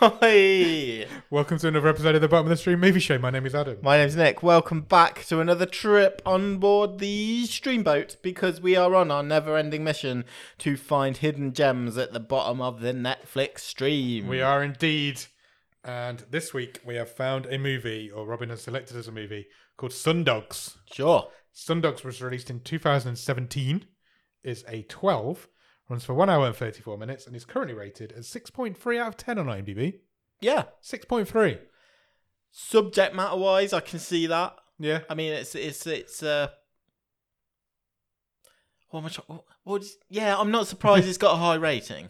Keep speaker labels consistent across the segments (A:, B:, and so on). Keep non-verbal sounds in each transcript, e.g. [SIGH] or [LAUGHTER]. A: Hi.
B: Welcome to another episode of the Bottom of the Stream Movie Show. My name is Adam.
A: My name's Nick. Welcome back to another trip on board the Streamboat because we are on our never ending mission to find hidden gems at the bottom of the Netflix stream.
B: We are indeed. And this week we have found a movie, or Robin has selected as a movie, called Sundogs.
A: Sure.
B: Sundogs was released in 2017, is a 12, runs for 1 hour and 34 minutes, and is currently rated as 6.3 out of 10 on IMDb.
A: Yeah.
B: 6.3.
A: Subject matter wise, I can see that.
B: Yeah.
A: I mean, it's, it's, it's, uh, what am I trying, what is, yeah, I'm not surprised it's got a high rating.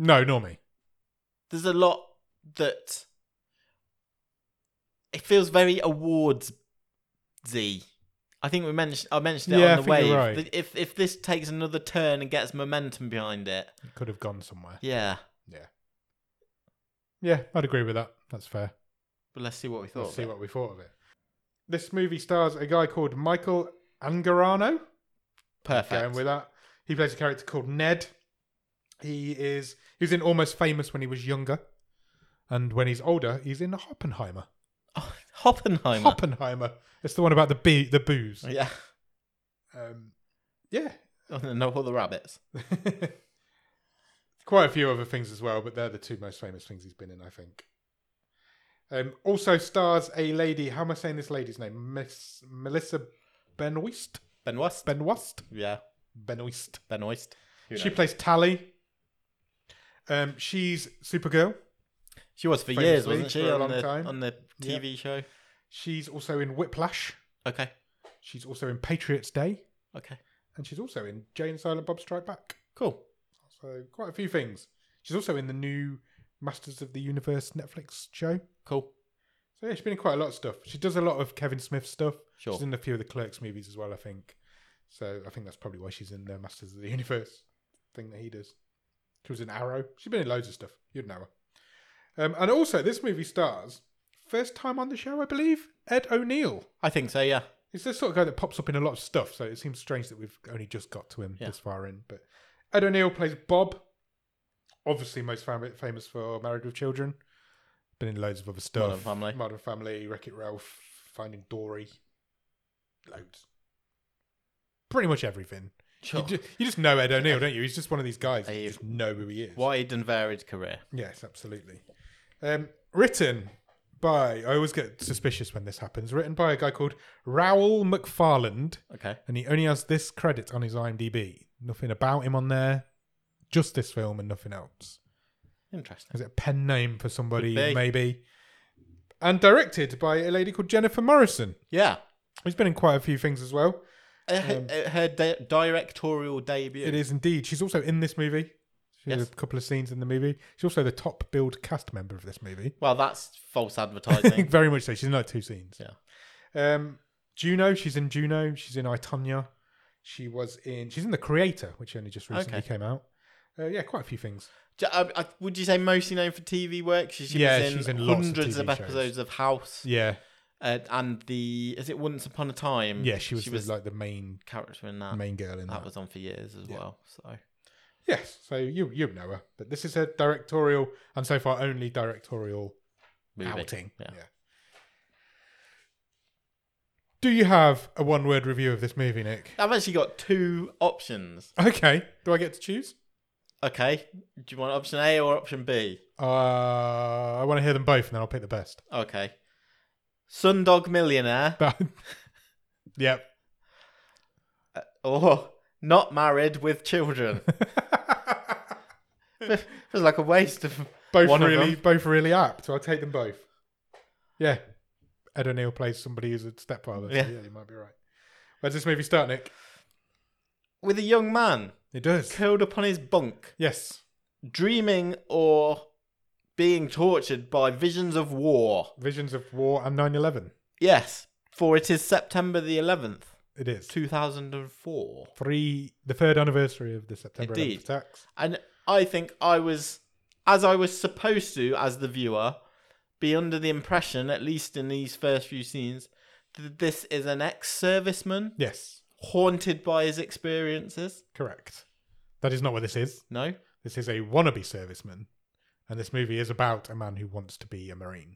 B: No, nor me.
A: there's a lot that it feels very awards z i think we mentioned i mentioned it
B: Yeah, I
A: on the
B: think you're
A: wave
B: right.
A: that if if this takes another turn and gets momentum behind it
B: It could have gone somewhere.
A: yeah
B: Yeah. Yeah, I'd agree with that. That's fair.
A: but let's see what we thought
B: Let's
A: of
B: see
A: it.
B: what we thought of it. This movie stars a guy called Michael Angarano. Going
A: perfect
B: with that. He plays a character called Ned. He is he was in Almost Famous when he was younger, and when he's older, he's in Oppenheimer.
A: Oh, hoppenheimer
B: Oppenheimer. It's the one about the bee, the booze.
A: yeah [LAUGHS]
B: Um, yeah,
A: oh, no all the rabbits
B: quite a few other things as well, but they're the two most famous things he's been in, I think. Um, also stars a lady. How am I saying this lady's name? Miss Melissa Benoist.
A: ben west
B: Benoist.
A: yeah
B: Benoist.
A: ben Oist.
B: She plays Tally. Um, she's Supergirl.
A: she was for
B: Famously
A: years wasn't she
B: for a
A: on
B: long
A: the,
B: time.
A: on the
B: Yeah.
A: tv show
B: She's also in Whiplash.
A: okay
B: She's also in Patriots Day,
A: okay
B: and she's also in Jay and Silent Bob Strike Back.
A: cool
B: So quite a few things. She's also in the new Masters of the Universe Netflix show.
A: cool
B: So yeah, she's been in quite a lot of stuff. She does a lot of Kevin Smith stuff.
A: sure
B: She's in a few of the Clerks movies as well, I think. So I think that's probably why she's in the Masters of the Universe thing that he does. She was in Arrow. She's been in loads of stuff. You'd know her. Um, and also, this movie stars first time on the show, I believe, Ed O'Neill.
A: i think so yeah
B: He's the sort of guy that pops up in a lot of stuff, so it seems strange that we've only just got to him
A: Yeah.
B: this far in. But Ed O'Neill plays Bob, obviously most fam- famous for Married with Children. Been in loads of other stuff.
A: Modern Family.
B: Modern Family, Wreck It Ralph, Finding Dory. Loads. Pretty much everything.
A: sure
B: You, ju- you just know Ed O'Neill, don't you? He's just one of these guys. that You
A: I've-
B: just know who he is.
A: wide and varied career
B: Yes, absolutely. Um, written by, I always get suspicious when this happens, written by a guy called Raoul McFarland,
A: okay
B: and he only has this credit on his IMDb. Nothing about him on there, just this film and nothing else.
A: Interesting.
B: [LAUGHS] Is it a pen name for somebody,
A: Could be.
B: maybe? And directed by a lady called Jennifer Morrison,
A: Yeah.
B: who's been in quite a few things as well.
A: Uh, her uh, her di- directorial debut.
B: Um, It is indeed. She's also in this movie. She has
A: Yes.
B: a couple of scenes in the movie. She's also the top billed cast member of this movie.
A: Well, that's false
B: think [LAUGHS]
A: advertising.
B: very much so. She's in like two scenes.
A: Yeah.
B: Um, Juno, she's in Juno. She's in Itonia. She was in. She's in The Creator, which only just recently
A: Okay.
B: came out. Uh, yeah, quite a few things.
A: J- uh, uh, would you say mostly known for TV work? She, she
B: Yeah,
A: was in
B: she's in lots of
A: hundreds
B: TV
A: of, episodes of House
B: Yeah,
A: uh, and the is it Once Upon a Time?
B: yeah. She was,
A: Mm. she
B: the-
A: was
B: like the main
A: character in that.
B: main girl in that.
A: That was on for years as
B: Yeah.
A: well. So
B: Yes. So you you know her, but this is her directorial and so far only directorial
A: movie.
B: outing.
A: Yeah.
B: Do you have a one word review of this movie, Nick?
A: I've actually got two options.
B: Okay. Do I get to choose?
A: Okay, do you want option A or option B?
B: Uh, I want to hear them both, and then I'll pick the best. [LAUGHS]
A: Okay, Sundog Millionaire
B: That, yep. [LAUGHS]
A: or Not Married with Children. [LAUGHS] it was like a waste of
B: both
A: One of
B: really,
A: them.
B: both really apt. So I'll take them both. Yeah, Ed O'Neill plays somebody who's a stepfather. So yeah.
A: Yeah.
B: you might be right. Where's this movie start, Nick?
A: with a young man
B: It does.
A: curled upon his bunk,
B: Yes,
A: dreaming or being tortured by visions of war.
B: visions of war and 9-11.
A: Yes, for it is September the 11th,
B: It is
A: 2004.
B: three, the third anniversary of the September 11th
A: Indeed.
B: attacks.
A: And I think I was, as I was supposed to, as the viewer, be under the impression, at least in these first few scenes, that this is an ex serviceman
B: Yes,
A: haunted by his experiences.
B: correct. That is not what this is.
A: No?
B: This is a wannabe serviceman, And this movie is about a man who wants to be a marine.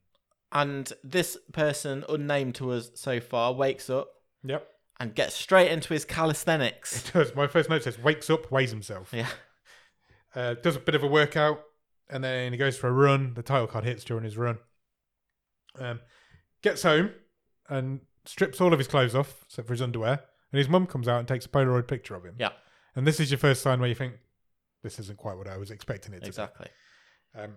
A: And this person, unnamed to us so far, wakes up
B: [LAUGHS] Yep.
A: and gets straight into
B: [LAUGHS]
A: his calisthenics.
B: Does my first note says wakes up, weighs himself,
A: Yeah.
B: uh, does a bit of a workout, and then he goes for a run. The title card hits during his run. Um, gets home and strips all of his clothes off except for his underwear, and his mum comes out and takes a Polaroid picture of him.
A: Yeah.
B: And this is your first sign where you think this isn't quite what I was expecting it to
A: Exactly.
B: be. Um,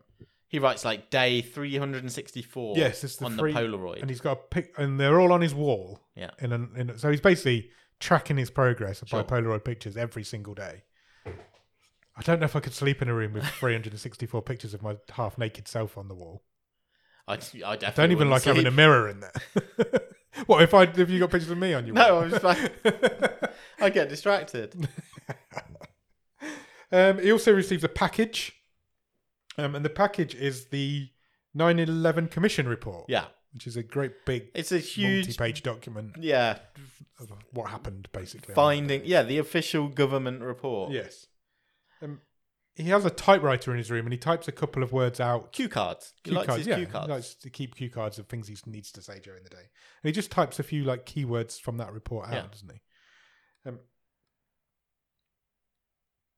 A: He writes like day 364
B: yes, it's the
A: on
B: three,
A: the Polaroid.
B: and he's got a pic, and they're all on his wall.
A: Yeah.
B: In an, in, so he's basically tracking his progress
A: Sure.
B: by Polaroid pictures every single day. I don't know if I could sleep in a
A: [LAUGHS]
B: room with 364 pictures of my half-naked self on the wall.
A: I, I definitely
B: I don't even
A: wouldn't
B: like having
A: [LAUGHS]
B: a
A: sleep.
B: mirror in there. [LAUGHS] what if I if you got pictures of me on your
A: No,
B: wall?
A: I was like- I get distracted.
B: [LAUGHS] um, he also receives a package, um, and the package is the 9/11 Commission report,
A: Yeah.
B: which is a great big
A: It's a huge.
B: multi-page document
A: Yeah.
B: of what happened, basically.
A: Finding. Yeah, the official government report.
B: Yes. Um, he has a typewriter in his room and he types a couple of words out.
A: Cue cards. He
B: Cue
A: likes his
B: He
A: cue cards.
B: likes to keep cue cards of things he needs to say during the day. And he just types a few like keywords from that report out,
A: Yeah.
B: doesn't he? Um,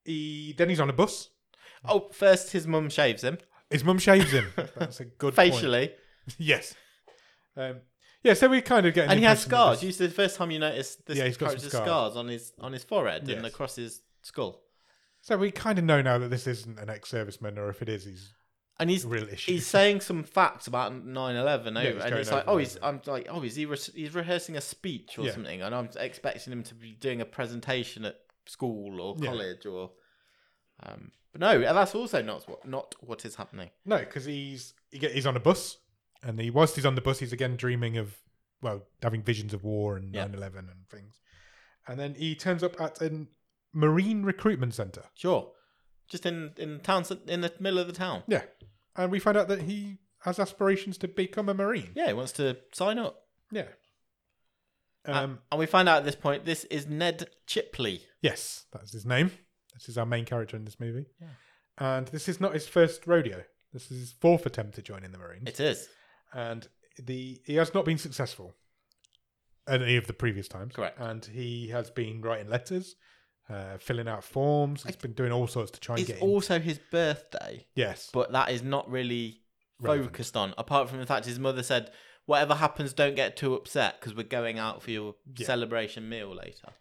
B: he then he's on a bus.
A: Oh, first his mum shaves him
B: His mum shaves
A: [LAUGHS]
B: him. That's a good point.
A: facially,
B: [LAUGHS] Yes. Um, yeah. So we kind of get, an
A: and he has
B: impression that this-
A: scars. You see, the first time you notice this
B: Yeah, he's got some
A: character's
B: scars.
A: scars. on his on his forehead
B: Yes.
A: and across his skull,
B: So we kind of know now that this isn't an ex-serviceman, or if it is, he's
A: and he's
B: a real issue.
A: he's saying some facts about 9-11
B: he's
A: over, and
B: going
A: it's like,
B: over
A: oh,
B: and
A: he's I'm like, oh, is he re- he's rehearsing a speech or
B: Yeah.
A: something, and I'm expecting him to be doing a presentation at school or
B: Yeah.
A: college or, um, but no, and that's also not what not what is happening.
B: No, because he's he get, he's on a bus, and he whilst he's on the bus, he's again dreaming of well having visions of war and
A: Yeah.
B: 9-11 and things, and then he turns up at a marine recruitment center.
A: Sure, just in in town in the middle of the town.
B: Yeah, and we find out that he has aspirations to become a marine.
A: Yeah, he wants to sign up.
B: Yeah.
A: A-
B: Um.
A: and we find out at this point this is Ned Chipley.
B: yes, that's his name. This is our main character in this movie.
A: Yeah.
B: And this is not his first rodeo. This is his fourth attempt to join in the Marines.
A: It is
B: and the he has not been successful at any of the previous times.
A: Correct.
B: And he has been writing letters, uh, filling out forms. He's been doing all sorts to try and
A: It's
B: get in.
A: also his birthday,
B: yes,
A: but that is not really
B: Relevant.
A: focused on. Apart from the fact his mother said, "Whatever happens, don't get too upset because we're going out for your
B: Yeah.
A: celebration meal later."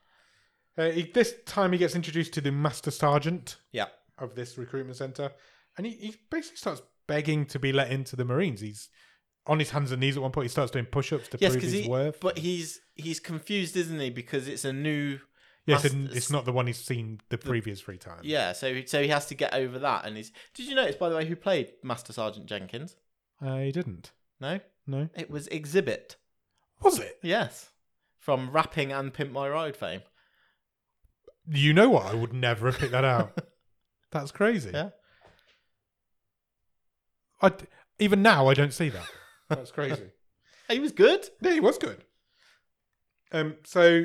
B: uh, he, this time he gets introduced to the master sergeant
A: Yeah,
B: of this recruitment center, and he, he basically starts begging to be let into the Marines. He's on his hands and knees at one point. He starts doing push-ups to
A: yes,
B: prove
A: because
B: his
A: he.
B: worth.
A: But he's he's confused, isn't he? Because it's a new.
B: yes,
A: Master-
B: and it's not the one he's seen the previous three times.
A: Yeah, so he- so he has to get over that, and he's. Did you notice, by the way, who played Master Sergeant Jenkins?
B: uh, he didn't.
A: No,
B: No,
A: it was Exhibit.
B: was it?
A: Yes, from rapping and Pimp My Ride fame.
B: You know what? I would never have picked that
A: [LAUGHS]
B: out. That's crazy.
A: Yeah.
B: I even now I don't see that. That's crazy.
A: He was good.
B: [LAUGHS] yeah, he was good. Um, so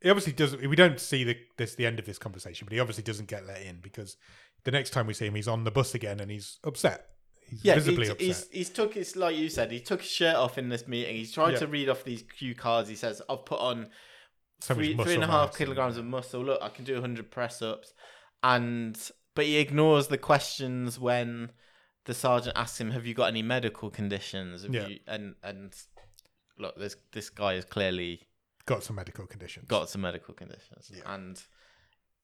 B: he obviously doesn't. We don't see the this the end of this conversation, but he obviously doesn't get let in because the next time we see him, he's on the bus again and he's upset. He's
A: Yeah,
B: visibly
A: he's,
B: upset.
A: he's he's took his like you said, he took his shirt off in this meeting. He's tried
B: Yeah.
A: to read off these cue cards. He says, "I've put on
B: So much
A: three
B: muscle
A: three and a half
B: mass.
A: kilograms of muscle. Look, I can do hundred press ups." And but he ignores the questions when the sergeant asks him, "Have you got any medical conditions?" Have
B: Yeah.
A: you, and and look, this this guy has clearly
B: Got some medical conditions.
A: got some medical conditions,
B: Yeah.
A: and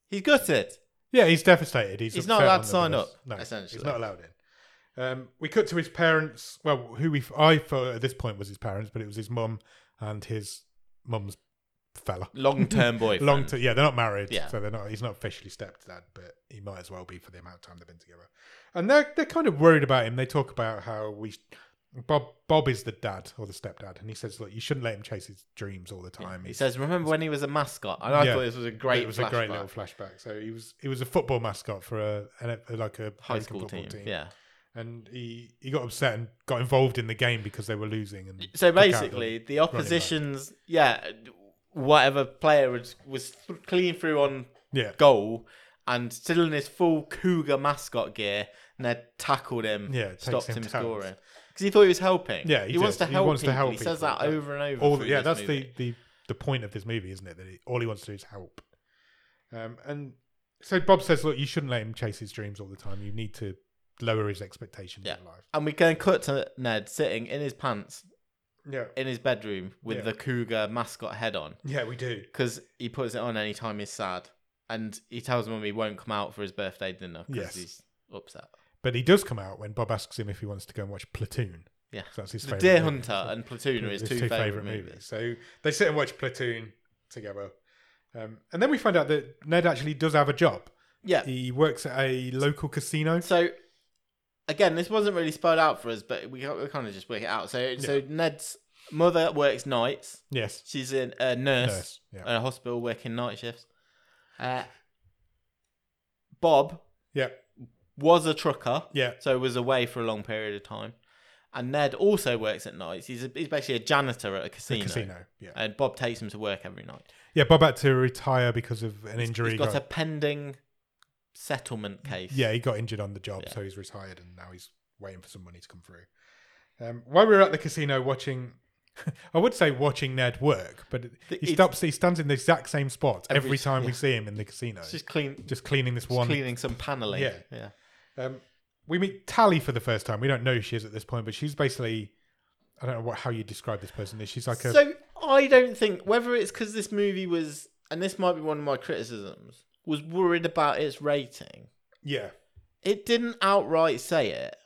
A: he's gutted.
B: Yeah, he's devastated. He's,
A: He's not
B: upset
A: allowed
B: on
A: to
B: the
A: sign
B: bus.
A: up,
B: No, he's
A: essentially.
B: not allowed in. Um, we cut to his parents. Well, who we I thought at this point was his parents, but it was his mum and his mum's fella.
A: Long
B: [LAUGHS]
A: term boyfriend.
B: Long to yeah, they're not married,
A: Yeah.
B: so they're not. He's not officially stepdad, but he might as well be for the amount of time they've been together. And they're they're kind of worried about him. They talk about how we Bob Bob is the dad or the stepdad, and he says, "Look, you shouldn't let him chase his dreams all the time."
A: He
B: He's-
A: says, "Remember when he was a mascot?" And I
B: Yeah.
A: thought this was a great.
B: it was a
A: flashback.
B: great little flashback. So he was he was a football mascot for a, an like a
A: high
B: American
A: school
B: football
A: team. Yeah.
B: and he he got upset and got involved in the game because they were losing. And
A: So
B: took out the-
A: basically, the opposition's yeah, whatever player was was th- clean through on
B: yeah,
A: goal and still in his full cougar mascot gear. Ned tackled him,
B: Yeah, it
A: stopped
B: takes him
A: him
B: down.
A: scoring because he thought he was helping.
B: Yeah, he
A: he, wants to
B: does. He
A: help.
B: wants to
A: people.
B: help
A: He says
B: people,
A: that
B: yeah.
A: over and over.
B: all the,
A: through
B: yeah
A: this
B: that's
A: movie.
B: the the the point of this movie isn't it that he, all he wants to do is help um and so bob says look you shouldn't let him chase his dreams all the time you need to lower his expectations
A: Yeah.
B: in life
A: And we can cut to Ned sitting in his pants
B: yeah
A: in his bedroom with
B: Yeah.
A: the cougar mascot head on
B: yeah we do
A: because he puts it on anytime he's sad, and he tells mum he won't come out for his birthday dinner because
B: Yes.
A: he's upset.
B: but he does come out when bob asks him if he wants to go and watch platoon
A: Yeah.
B: so that's his
A: The
B: favorite
A: Deer Hunter and Platoon are his two, favorite, movies.
B: So they sit and watch Platoon together, um, and then we find out that Ned actually does have a job.
A: Yeah.
B: He works at a local casino.
A: So again, this wasn't really spelled out for us, but we, we kind of just work it out. So so Ned's mother works nights.
B: Yes,
A: She's in a nurse,
B: nurse. Yeah,
A: at a hospital working night shifts. Uh, Bob
B: yeah,
A: was a trucker,
B: yeah.
A: so was away for a long period of time. And Ned also works at nights. He's, a, he's basically a janitor at a
B: The
A: casino.
B: casino. Yeah,
A: And Bob takes him to work every night.
B: yeah. Bob had to retire because of an injury.
A: He's got a
B: got-
A: pending settlement case.
B: yeah, he got injured on the job,
A: Yeah.
B: so he's retired, and now he's waiting for some money to come through. Um, while we were at the casino watching. [LAUGHS] I would say watching Ned work, but he
A: it's-
B: stops. He stands in the exact same spot every,
A: Every-
B: time we
A: yeah.
B: see him in the casino,
A: It's
B: just,
A: just clean,
B: cleaning this
A: just
B: one
A: cleaning some paneling.
B: Yeah.
A: yeah.
B: Um, we meet Tally for the first time. We don't know who she is at this point, but she's basically I don't know what how you describe this person is. She's like a
A: So I don't think whether it's because this movie was, and this might be one of my criticisms, was worried about its rating.
B: yeah
A: It didn't outright say it,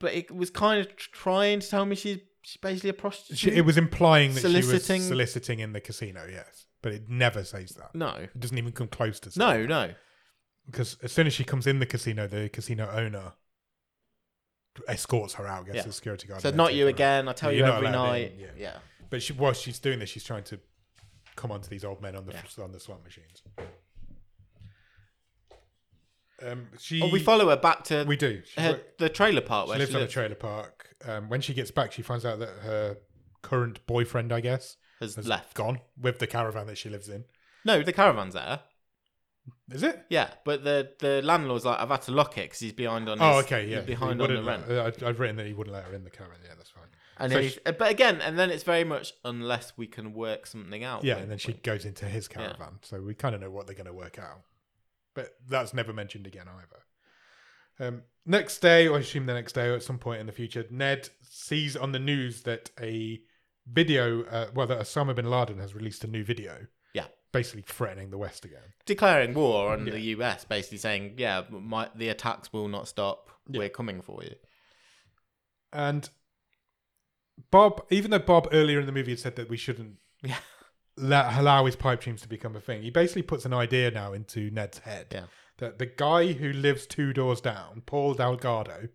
A: but it was kind of tr- trying to tell me she's she's basically a prostitute.
B: she, it was implying that she
A: Soliciting-
B: was soliciting in the casino. Yes, but it never says that.
A: no,
B: It doesn't even come close to saying
A: no, no.
B: because as soon as she comes in the casino, the casino owner escorts her out. Gets
A: Yeah.
B: the security guard.
A: So
B: and
A: not
B: takes
A: you
B: her out.
A: again. I tell
B: Yeah,
A: you
B: you're not
A: every
B: allowed
A: night.
B: in,
A: Yeah.
B: yeah. But she, while she's doing this, she's trying to come onto these old men on the on the slot machines. Um, she.
A: Well, we follow her back to
B: We do. She,
A: her,
B: wo-
A: the trailer part
B: she
A: where
B: lives
A: she
B: on a
A: lives,
B: trailer park. Um, when she gets back, she finds out that her current boyfriend, I guess,
A: has
B: has
A: left.
B: gone with the caravan that she lives in.
A: No, the caravan's there.
B: Is it?
A: Yeah, but the the landlord's like, I've had to lock it because he's behind on.
B: Oh,
A: his,
B: okay,
A: he's
B: yeah.
A: behind
B: He
A: on the
B: wouldn't
A: rent.
B: let- I'd, I'd written that he wouldn't let her in the caravan. Yeah, that's fine.
A: And
B: So
A: then he's- uh, but again, and then it's very much unless we can work something out.
B: Yeah,
A: with-
B: and then she goes into his caravan. So we kind of know what they're going to work out. But that's never mentioned again either. Um, next day, or I assume the next day or at some point in the future, Ned sees on the news that a video, uh, well, that Osama bin Laden has released a new video.
A: Yeah.
B: Basically threatening the West again.
A: declaring war on
B: Yeah.
A: the US, basically saying, "Yeah, my, the attacks will not stop.
B: Yeah.
A: We're coming for you."
B: And Bob, even though Bob earlier in the movie had said that we shouldn't
A: Yeah.
B: let, allow his pipe dreams to become a thing, he basically puts an idea now into Ned's head
A: Yeah.
B: that the guy who lives two doors down, Paul Delgado,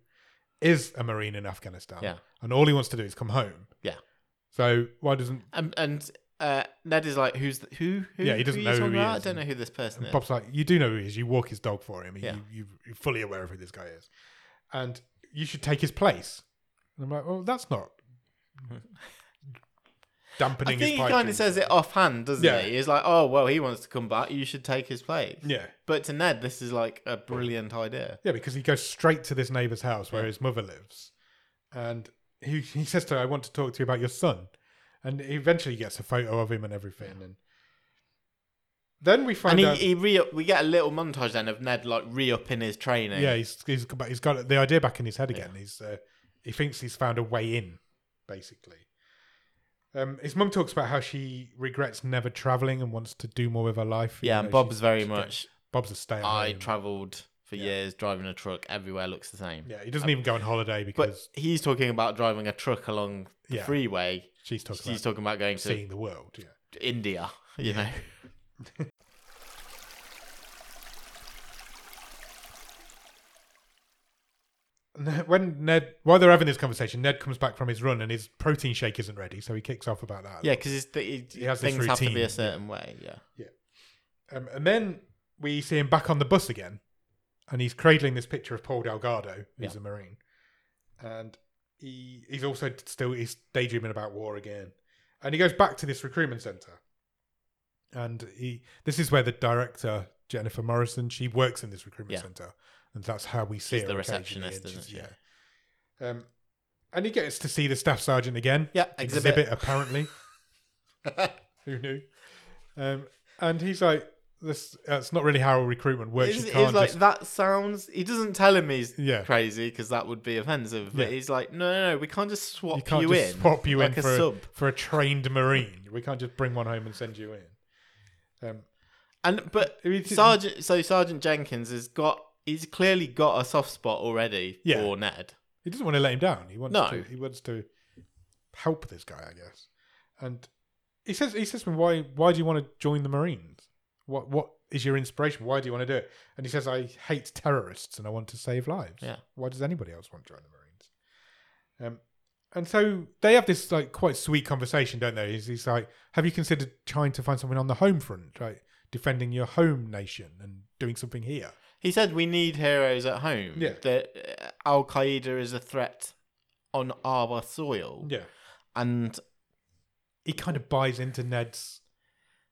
B: is a Marine in Afghanistan.
A: Yeah.
B: And all he wants to do is come home.
A: Yeah.
B: So why doesn't
A: And and uh, Ned is like, "Who's the, who, who?
B: Yeah, he doesn't
A: who
B: know
A: you
B: who
A: talking
B: he
A: about?
B: is.
A: I don't know who this person is."
B: Bob's like, you do know who he is. You walk his dog for him.
A: Yeah.
B: You, you, you're fully aware of who this guy is. And you should take his place. And I'm like, well, that's
A: [LAUGHS]
B: not
A: I
B: dampening his
A: think he
B: pipe
A: kind
B: dreams.
A: of says it offhand, doesn't
B: Yeah.
A: he? He's like, "Oh well, he wants to come back. You should take his place."
B: Yeah.
A: But to Ned, this is like a brilliant idea.
B: Yeah, because he goes straight to this neighbour's house where his mother lives, and he he says to her, "I want to talk to you about your son," and he eventually gets a photo of him and everything, and then we
A: And
B: find
A: he,
B: out.
A: he re we get a little montage then of Ned like re upping his training.
B: yeah, he's he's got, he's got the idea back in his head again. He's uh, he thinks he's found a way in, basically. Um, his mum talks about how she regrets never travelling and wants to do more with her life.
A: yeah.
B: even
A: And
B: though
A: Bob's
B: she-
A: very
B: she don't-
A: much.
B: Bob's a stay at
A: I
B: home.
A: travelled for
B: Yeah.
A: years driving a truck. Everywhere looks the same.
B: yeah, he doesn't even go on holiday
A: But
B: because
A: he's talking about driving a truck along the
B: Yeah.
A: freeway.
B: she's talking
A: He's
B: about
A: talking about going to
B: seeing the world. Yeah.
A: India. You know, [LAUGHS]
B: Ned- when Ned, while they're having this conversation, Ned comes back from his run and his protein shake isn't ready, so he kicks off about that.
A: yeah, because th-
B: He has this
A: things have to be
B: routine,
A: a certain way. Yeah,
B: Um, and then we see him back on the bus again, and he's cradling this picture of Paul Delgado, who's a Marine, and he he's also still he's daydreaming about war again, and he goes back to this recruitment center, and he this is where the director Jennifer Morrison she works in this recruitment
A: Yeah.
B: center, and that's how we see
A: She's
B: her
A: the
B: occasionally,
A: receptionist,
B: and
A: isn't
B: she's- Yeah. Um, and he gets to see the staff sergeant again.
A: Yeah,
B: Exhibit,
A: exhibit.
B: apparently. [LAUGHS] Who knew? Um, and he's like, "This that's not really how recruitment works.
A: It's,
B: you
A: it's
B: can't
A: like
B: just
A: that sounds. He doesn't tell him he's
B: yeah,
A: crazy because that would be offensive. But
B: Yeah.
A: he's like, no, no, no, we can't just swap
B: you
A: you,
B: can't just
A: in,
B: swap you
A: like
B: in
A: a
B: for a,
A: sub.
B: for a trained marine. We can't just bring one home and send you in." Um,
A: And but
B: I mean, it's-
A: Sergeant, so Sergeant Jenkins has got. He's clearly got a soft spot already
B: Yeah.
A: for Ned.
B: He doesn't want to let him down. He wants
A: No.
B: to. He wants to help this guy, I guess. And he says, he says to me, "Why? Why do you want to join the Marines? What? What is your inspiration? Why do you want to do it?" And he says, "I hate terrorists and I want to save lives.
A: Yeah.
B: Why does anybody else want to join the Marines?" Um, and so they have this like quite sweet conversation, don't they? He's, he's like, "Have you considered trying to find something on the home front, right? Defending your home nation and doing something here?"
A: He said we need heroes at home.
B: Yeah.
A: That uh, Al Qaeda is a threat on our soil.
B: Yeah.
A: And
B: he kind of buys into Ned's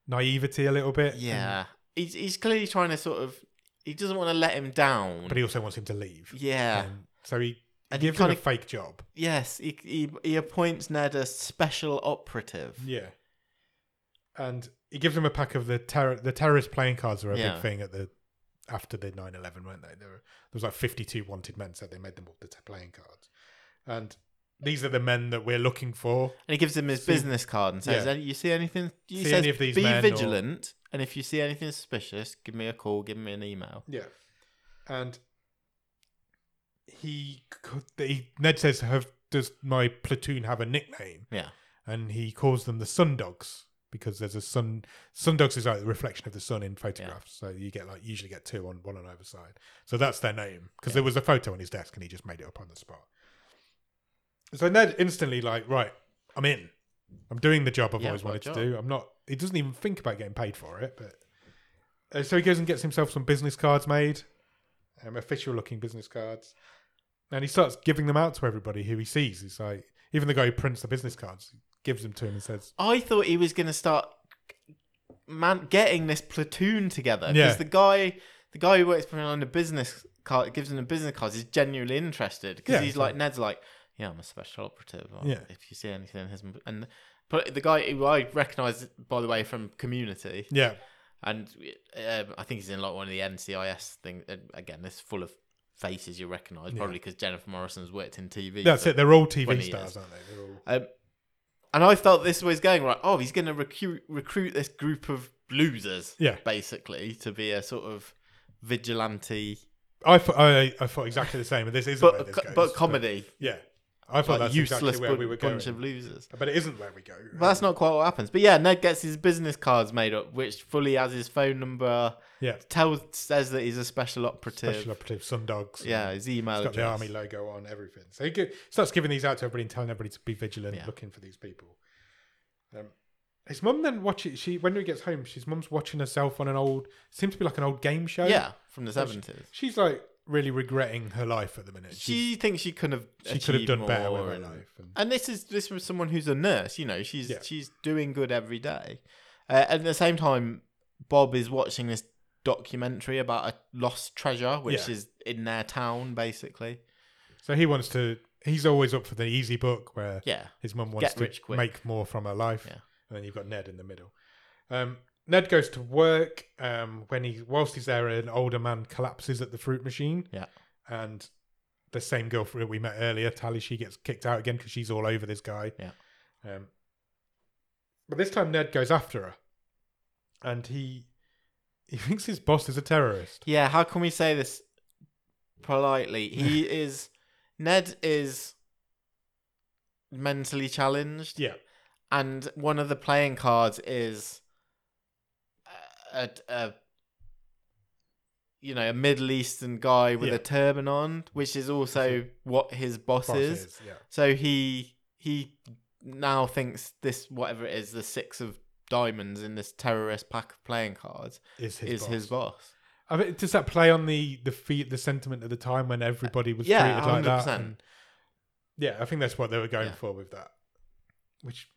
B: naivety a little bit. and-
A: yeah, he's he's clearly trying to sort of. He doesn't want to let him down.
B: but he also wants him to leave.
A: yeah.
B: Um, so he,
A: And he
B: gives him a
A: kinda-
B: fake job.
A: Yes, he, he he appoints Ned a special operative.
B: Yeah. And he gives him a pack of the terror. The terrorist playing cards were a
A: Yeah.
B: big thing at the after the 9-11, weren't they? There, were, there was like fifty-two wanted men, so they made them all the t- playing cards. And these are the men that we're looking for.
A: And he gives him his
B: See-
A: business card and says,
B: Yeah.
A: "Any- "You see anything? He
B: See
A: says,
B: any of these
A: be
B: men or-
A: vigilant, and if you see anything suspicious, give me a call, give me an email."
B: Yeah. And he, could, he Ned says, "Have does my platoon have a nickname?"
A: Yeah,
B: and he calls them the sundogs because there's a sun sundogs is like the reflection of the sun in photographs so you get like usually get two on one on either side so that's their name because there was a photo on his desk and he just made it up on the spot so ned instantly like right i'm in i'm doing the job i've
A: Yeah,
B: always
A: I've got a
B: wanted to
A: job.
B: do i'm not he doesn't even think about getting paid for it but uh, so he goes and gets himself some business cards made um, official looking business cards and he starts giving them out to everybody who he sees he's like even the guy who prints the business cards gives them to him and says
A: I thought he was going to start man getting this platoon together because
B: Yeah.
A: the guy the guy who works for him on the business card gives him the business cards is genuinely interested because
B: Yeah,
A: he's like Ned's like, "Yeah, I'm a special operative. or
B: Yeah.
A: if you see anything, his and." But the guy who I recognise, by the way, from Community,
B: yeah
A: and um, I think he's in like one of the NCIS thing. and Again, this is full of faces you recognise,
B: Yeah.
A: probably because Jennifer Morrison's worked in TV.
B: that's
A: but-
B: it they're all tv
A: 20
B: stars
A: years.
B: aren't they they're all
A: Um, and I felt this was going right. Oh, he's going to recruit recruit this group of losers,
B: yeah
A: basically, to be a sort of vigilante,
B: i thought I, I thought exactly the same and this isn't where
A: but
B: this
A: co-
B: goes,
A: but comedy,
B: yeah i thought
A: like
B: that's
A: useless
B: exactly where
A: bun-
B: we were going
A: bunch of losers.
B: but it isn't where we go
A: But that's not quite what happens. But yeah, Ned gets his business cards made up, which fully has his phone number.
B: yeah
A: Tells says that he's a special operative.
B: special operative sundogs
A: yeah, his email
B: It's got the
A: address.
B: army logo on everything. So he gi- starts giving these out to everybody and telling everybody to be vigilant,
A: Yeah.
B: looking for these people. Um, his mum then watches. She when he gets home, his mum's watching herself on an old seems to be like an old game show.
A: Yeah, from the
B: So she-
A: seventies.
B: she's like really regretting her life at the minute.
A: She thinks she could have
B: she could have
A: achieved
B: done better
A: more
B: with her
A: and-
B: life. And,
A: And this is this was someone who's a nurse. You know, she's
B: Yeah.
A: she's doing good every day. Uh, and at the same time, Bob is watching this documentary about a lost treasure, which
B: Yeah.
A: is in their town, basically.
B: so he wants to. He's always up for the easy book where
A: Yeah,
B: His mum wants
A: Get
B: to
A: rich quick.
B: make more from her life.
A: Yeah.
B: And then you've got Ned in the middle. Um, Ned goes to work. Um, when he whilst he's there, an older man collapses at the fruit machine.
A: Yeah.
B: And the same girl that we met earlier, Tally, she gets kicked out again because she's all over this guy.
A: Yeah.
B: Um, but this time Ned goes after her, and he [LAUGHS] he thinks his boss is a terrorist.
A: yeah. How can we say this politely?
B: [LAUGHS]
A: He is Ned is mentally challenged.
B: Yeah.
A: and one of the playing cards is a, a, a you know a Middle Eastern guy with
B: Yeah.
A: a turban on, which is also what his boss,
B: Boss
A: is.
B: is, Yeah.
A: So he he now thinks this whatever it is the six of diamonds in this terrorist pack of playing cards
B: Is his
A: is
B: boss.
A: his boss.
B: I mean, does that play on the the feet, the sentiment at the time when everybody was
A: Yeah,
B: treated like that?
A: 100%.
B: and- yeah, I think that's what they were going
A: Yeah.
B: for with that. Which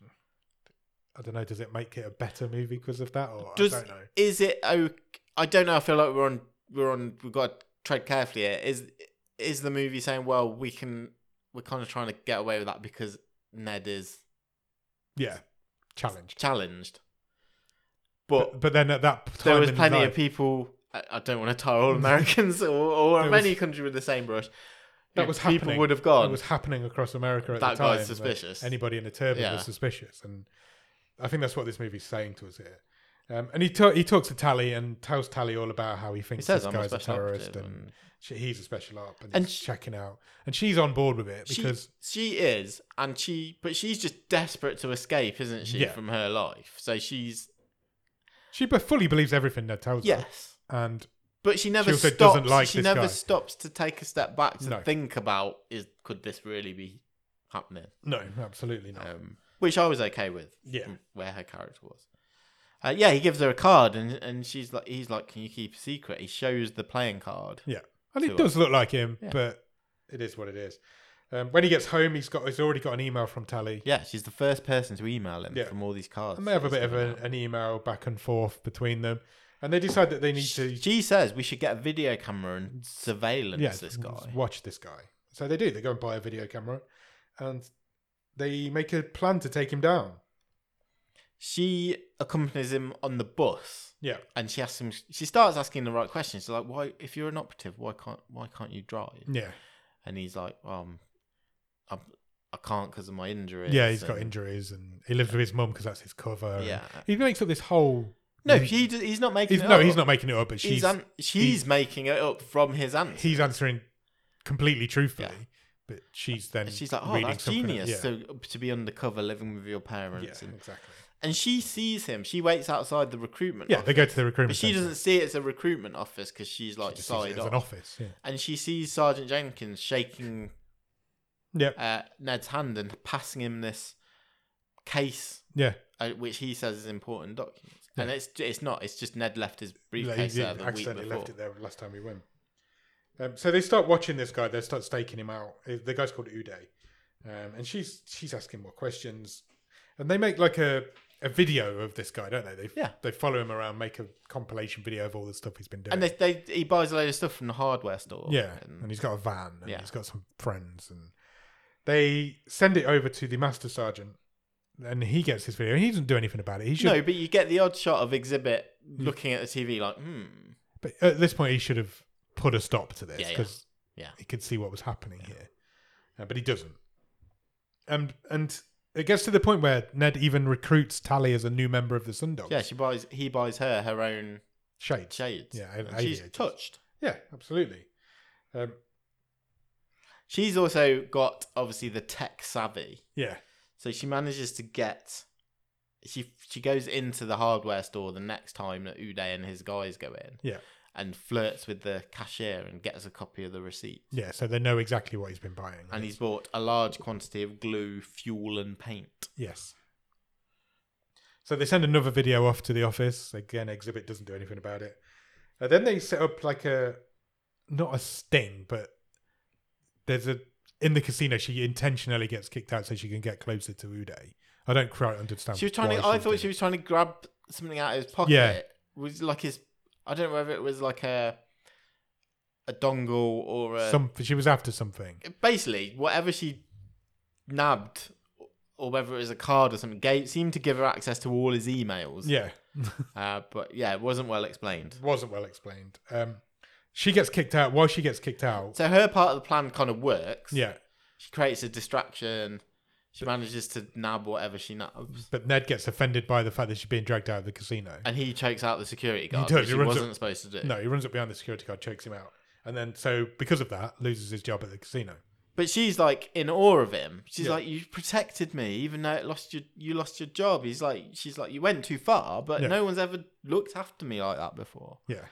B: I don't know. Does it make it a better movie because of that, or
A: Does-
B: I don't know?
A: Is it? Oh, I don't know. I feel like we're on we're on we've got a tread carefully here. Is is the movie saying, well, we can we're kind of trying to get away with that because Ned is
B: Yeah, challenged.
A: challenged. But
B: But but then at that time,
A: there was
B: in
A: plenty
B: life,
A: of people. I, I don't want to tar all Americans or, or
B: There was-
A: any country with the same brush.
B: That was
A: people
B: happening.
A: would have
B: It
A: gone.
B: was happening across America at
A: That
B: the time.
A: guy's suspicious.
B: Anybody in a turban
A: Yeah.
B: was suspicious, and I think that's what this movie's saying to us here. Um, and he ta- he talks to Tally and tells Tally all about how he
A: He
B: thinks
A: says
B: this
A: I'm a
B: guy's a,
A: special
B: terrorist
A: operative.
B: and
A: and
B: she, he's a special op and,
A: And
B: he's
A: sh-
B: checking out. And she's on board with it
A: She-
B: because
A: She is, and she, but she's just desperate to escape, isn't she,
B: Yeah.
A: from her life? So she's
B: she, be- fully believes everything Ned tells her.
A: yes,
B: And
A: but she never
B: She also
A: stops.
B: doesn't like
A: she
B: this
A: never
B: guy.
A: stops to take a step back to
B: No.
A: think about is could this really be happening?
B: no, absolutely not.
A: Um, which I was okay with.
B: Yeah.
A: from where her character was. Uh, yeah, he gives her a card, and and she's like, he's like, can you keep a secret? He shows the playing card.
B: And
A: to
B: it does look like him,
A: Yeah.
B: but it is what it is. Um, when he gets home, he's got he's already got an email from Tally.
A: Yeah, she's the first person to email him
B: Yeah.
A: from all these cards.
B: And they have a
A: that
B: bit
A: he's
B: of
A: given
B: a,
A: out.
B: an email back and forth between them. And they decide that they need to
A: She says we should get a video camera and surveillance
B: yeah,
A: this
B: just
A: guy.
B: watch this guy. So they do. They go and buy a video camera and they make a plan to take him down.
A: She accompanies him on the bus,
B: Yeah.
A: and she asks him. She starts asking the right questions. She's like, "Why, if you're an operative, why can't why can't you drive?"
B: Yeah.
A: And he's like, "Um, I'm, I can't because of my injuries."
B: Yeah, he's got
A: and-
B: injuries and he lives with his mum because that's his cover. and
A: Yeah.
B: He makes up this whole.
A: No, he d- he's not making.
B: He's,
A: it
B: no,
A: up.
B: he's not making it up, but she's,
A: He's
B: he's,
A: un- she's making it up from his answer.
B: answering completely truthfully,
A: Yeah.
B: but she's then.
A: And she's like, "Oh,
B: reading
A: that's
B: something-
A: genius!
B: Yeah.
A: So to be undercover, living with your
B: yeah,
A: parents, and, [LAUGHS]
B: exactly.
A: and she sees him. She waits outside the recruitment.
B: Yeah,
A: office,
B: they go to the recruitment.
A: but she
B: centre.
A: doesn't see it as a recruitment office because she's like
B: Just sees it
A: side
B: as
A: up,
B: an office. Yeah.
A: and she sees Sergeant Jenkins shaking
B: Yeah.
A: uh, Ned's hand and passing him this case,
B: Yeah.
A: uh, which he says is important documents. And it's it's not. It's just Ned left his
B: Yeah,
A: briefcase
B: he
A: there the week
B: accidentally
A: before.
B: left it there last time we went. Um, so they start watching this guy. They start staking him out. Uh, The guy's called Uday, um, and she's she's asking more questions, and they make like a, a video of this guy, don't they? They
A: Yeah.
B: They follow him around, make a compilation video of all the stuff he's been doing.
A: And they, they he buys a load of stuff from the hardware store.
B: yeah,
A: and-
B: and he's got a van, and
A: Yeah.
B: he's got some friends, and they send it over to the master sergeant, and he gets this video, and he doesn't do anything about it. He should,
A: No, but you get the odd shot of Exhibit
B: Mm.
A: looking at the TV, like, hmm.
B: But at this point, he should have put a stop to this
A: Yeah, yeah.
B: because
A: Yeah.
B: he could see what was happening here, Uh, but he doesn't. And and it gets to the point where Ned even recruits Tally as a new member of the Sundog.
A: Yeah, she buys. He buys her her own
B: shades.
A: shades.
B: Yeah,
A: And
B: I-
A: she's
B: I-
A: touched.
B: Yeah, absolutely. Um,
A: She's also got obviously the tech savvy,
B: yeah,
A: so she manages to get. She she goes into the hardware store the next time that Uday and his guys go in.
B: Yeah.
A: And flirts with the cashier and gets a copy of the receipt.
B: yeah. So they know exactly what he's been buying.
A: And he's bought a large quantity of glue, fuel, and paint.
B: yes. So they send another video off to the office. Again, Exhibit doesn't do anything about it. Uh, then they set up like a not a sting, but there's a in the casino. She intentionally gets kicked out so she can get closer to Uday. I don't quite understand.
A: She was trying
B: why
A: to. I
B: was doing
A: thought she
B: it.
A: was trying to grab something out of his pocket.
B: Yeah.
A: Was like his. I don't know whether it was like a a dongle or a.
B: Some, she was after something.
A: basically, whatever she nabbed, or whether it was a card or something, gave, seemed to give her access to all his emails.
B: Yeah,
A: Uh, but yeah, it wasn't well explained.
B: wasn't well explained. Um, she gets kicked out. While she gets kicked out,
A: So her part of the plan kind of works.
B: yeah.
A: She creates a distraction. She manages to nab whatever she nabs.
B: But Ned gets offended by the fact that she's being dragged out of the casino.
A: And he chokes out the security guard,
B: does,
A: which
B: he
A: he
B: runs up-
A: wasn't supposed to do.
B: No, he runs up behind the security guard, chokes him out, and then so because of that, loses his job at the casino.
A: But she's like in awe of him. She's
B: Yeah.
A: like, "You protected me, even though it lost your you lost your job." He's like, "She's like, you went too far, but
B: Yeah.
A: no one's ever looked after me like that before."
B: Yeah.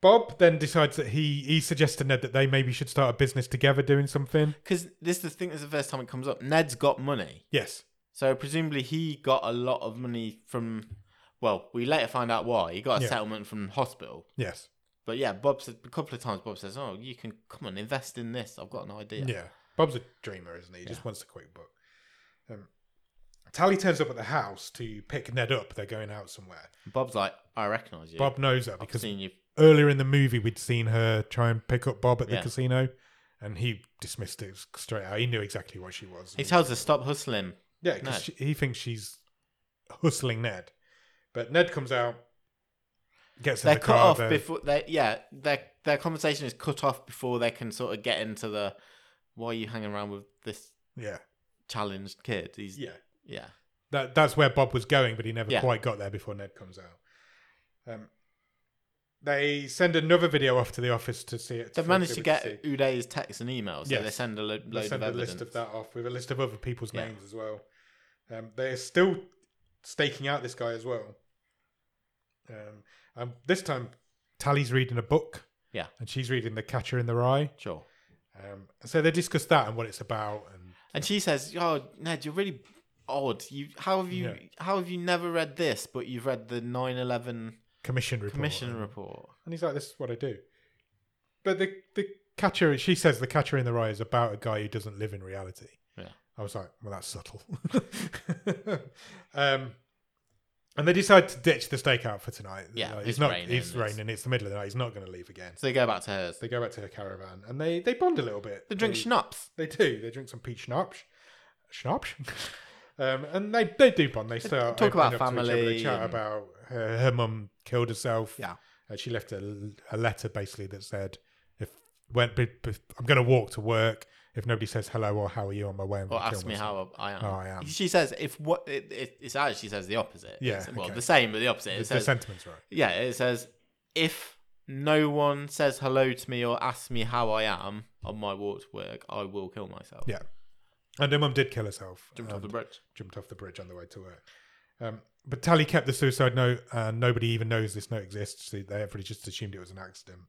B: Bob then decides that he he suggests to Ned that they maybe should start a business together doing something.
A: Because this is the thing. This is the first time it comes up. Ned's got money,
B: Yes.
A: so presumably he got a lot of money from. Well, we later find out why he got a
B: Yeah.
A: settlement from hospital.
B: Yes.
A: But yeah, Bob said a couple of times. Bob says, "Oh, you can come on, invest in this. I've got an idea."
B: Yeah. Bob's a dreamer, isn't he? He just wants a quick book. Um, Tally turns up at the house to pick Ned up. They're going out somewhere.
A: Bob's like, "I recognise you.
B: Bob knows her
A: I've
B: because
A: seen you
B: earlier in the movie we'd seen her try and pick up Bob at the
A: Yeah.
B: casino, and he dismissed it straight out. He knew exactly what she was.
A: He tells her stop hustling.
B: Yeah, because he thinks she's hustling Ned, but Ned comes out, gets in
A: They're
B: the
A: cut
B: car.
A: off
B: they're-
A: before they yeah, their their conversation is cut off before they can sort of get into the why are you hanging around with this
B: Yeah,
A: challenged kid? He's yeah.
B: yeah. That that's where Bob was going, but he never
A: Yeah.
B: quite got there before Ned comes out. Um, they send another video off to the office to see it.
A: They've
B: for
A: managed to
B: Phoebe
A: get
B: see.
A: Uday's texts and emails, so
B: Yes.
A: they send a lo- load
B: They send
A: of
B: a
A: evidence.
B: list of that off with a list of other people's
A: Yeah.
B: names as well. Um, they're still staking out this guy as well. Um, and this time, Tally's reading a book.
A: Yeah.
B: and she's reading The Catcher in the Rye.
A: Sure.
B: Um, so they discuss that and what it's about, and
A: And she says, "Oh, Ned, you're really odd. You how have you
B: Yeah.
A: how have you never read this, but you've read the 9/11
B: commission report.
A: commission report?"
B: And he's like, "This is what I do." But the the catcher, she says, the catcher in the rye is about a guy who doesn't live in reality.
A: Yeah.
B: I was like, "Well, that's subtle." [LAUGHS] um, and they decide to ditch the stakeout for tonight.
A: Yeah,
B: Like,
A: it's
B: it's not.
A: raining,
B: It's
A: it's-
B: raining. It's the middle of the night. He's not going to leave again.
A: So they go back to hers.
B: They go back to her caravan and they they bond a little bit.
A: They drink
B: They-
A: schnapps.
B: They do. They drink some peach schnapps. Schnapps? [LAUGHS] um, and they, they do bond. They start
A: talk about
B: opening up to each other. They
A: family
B: chat
A: and-
B: about her, her mum killed herself.
A: Yeah.
B: Uh, she left a, a letter basically that said, "If went, be, be- I'm going to walk to work. If nobody says hello or how are you on my way, I'm
A: Or
B: gonna kill
A: ask me
B: myself."
A: how I am.
B: How I am.
A: She says, "If what it, it, it's actually she says the opposite.
B: Yeah,
A: It's- well,
B: okay.
A: the same but the opposite. It
B: The, the
A: says,
B: sentiment's right.
A: yeah, it says if no one says hello to me or asks me how I am on my walk to work, I will kill myself.
B: Yeah. Um, And her mum did kill herself.
A: Jumped off
B: and
A: the bridge.
B: Jumped off the bridge on the way to work. Um, but Tally kept the suicide note, and nobody even knows this note exists. So they everybody just assumed it was an accident.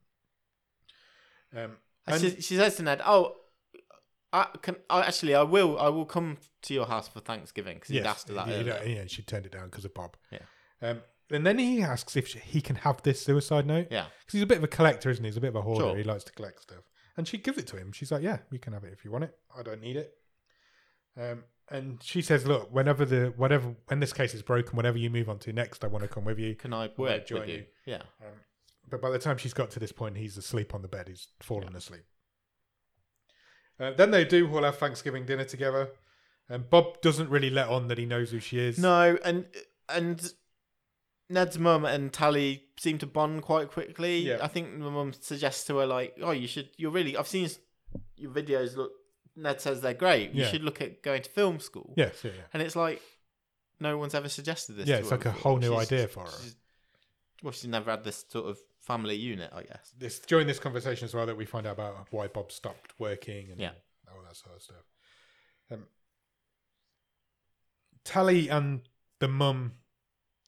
B: Um,
A: And
B: and-
A: she, she says to Ned, "Oh, I can I, actually. I will. I will come to your house for Thanksgiving because he'd asked her that.
B: yeah,
A: earlier.
B: yeah, yeah, she turned it down because of Bob.
A: Yeah.
B: Um, and then he asks if she, he can have this suicide note.
A: Yeah.
B: Because he's a bit of a collector, isn't he? He's a bit of a hoarder.
A: Sure.
B: He likes to collect stuff. And she gives it to him. She's like, yeah, you can have it if you want it. I don't need it. Um, and she says, look, whenever the, whatever, when this case is broken, whatever you move on to next, I want to come with you.
A: Can I work
B: join
A: with you?
B: you.
A: Yeah.
B: Um, but by the time she's got to this point, he's asleep on the bed. He's fallen asleep. Uh, then they do all have Thanksgiving dinner together. And Bob doesn't really let on that he knows who she is.
A: No, and and Ned's mum and Tally seem to bond quite quickly.
B: Yeah.
A: I think the mum suggests to her like, "Oh, you should. You're really. I've seen your videos. Look, Ned says they're great. You
B: Yeah.
A: should look at going to film school."
B: Yes, yeah, yeah.
A: And it's like, no one's ever suggested this.
B: Yeah,
A: to
B: it's
A: her
B: like a
A: before.
B: whole new idea for her.
A: she's- well, she's never had this sort of family unit, I guess.
B: It's during this conversation as well that we find out about why Bob stopped working and
A: Yeah.
B: all that sort of stuff. Um, Tally and the mum,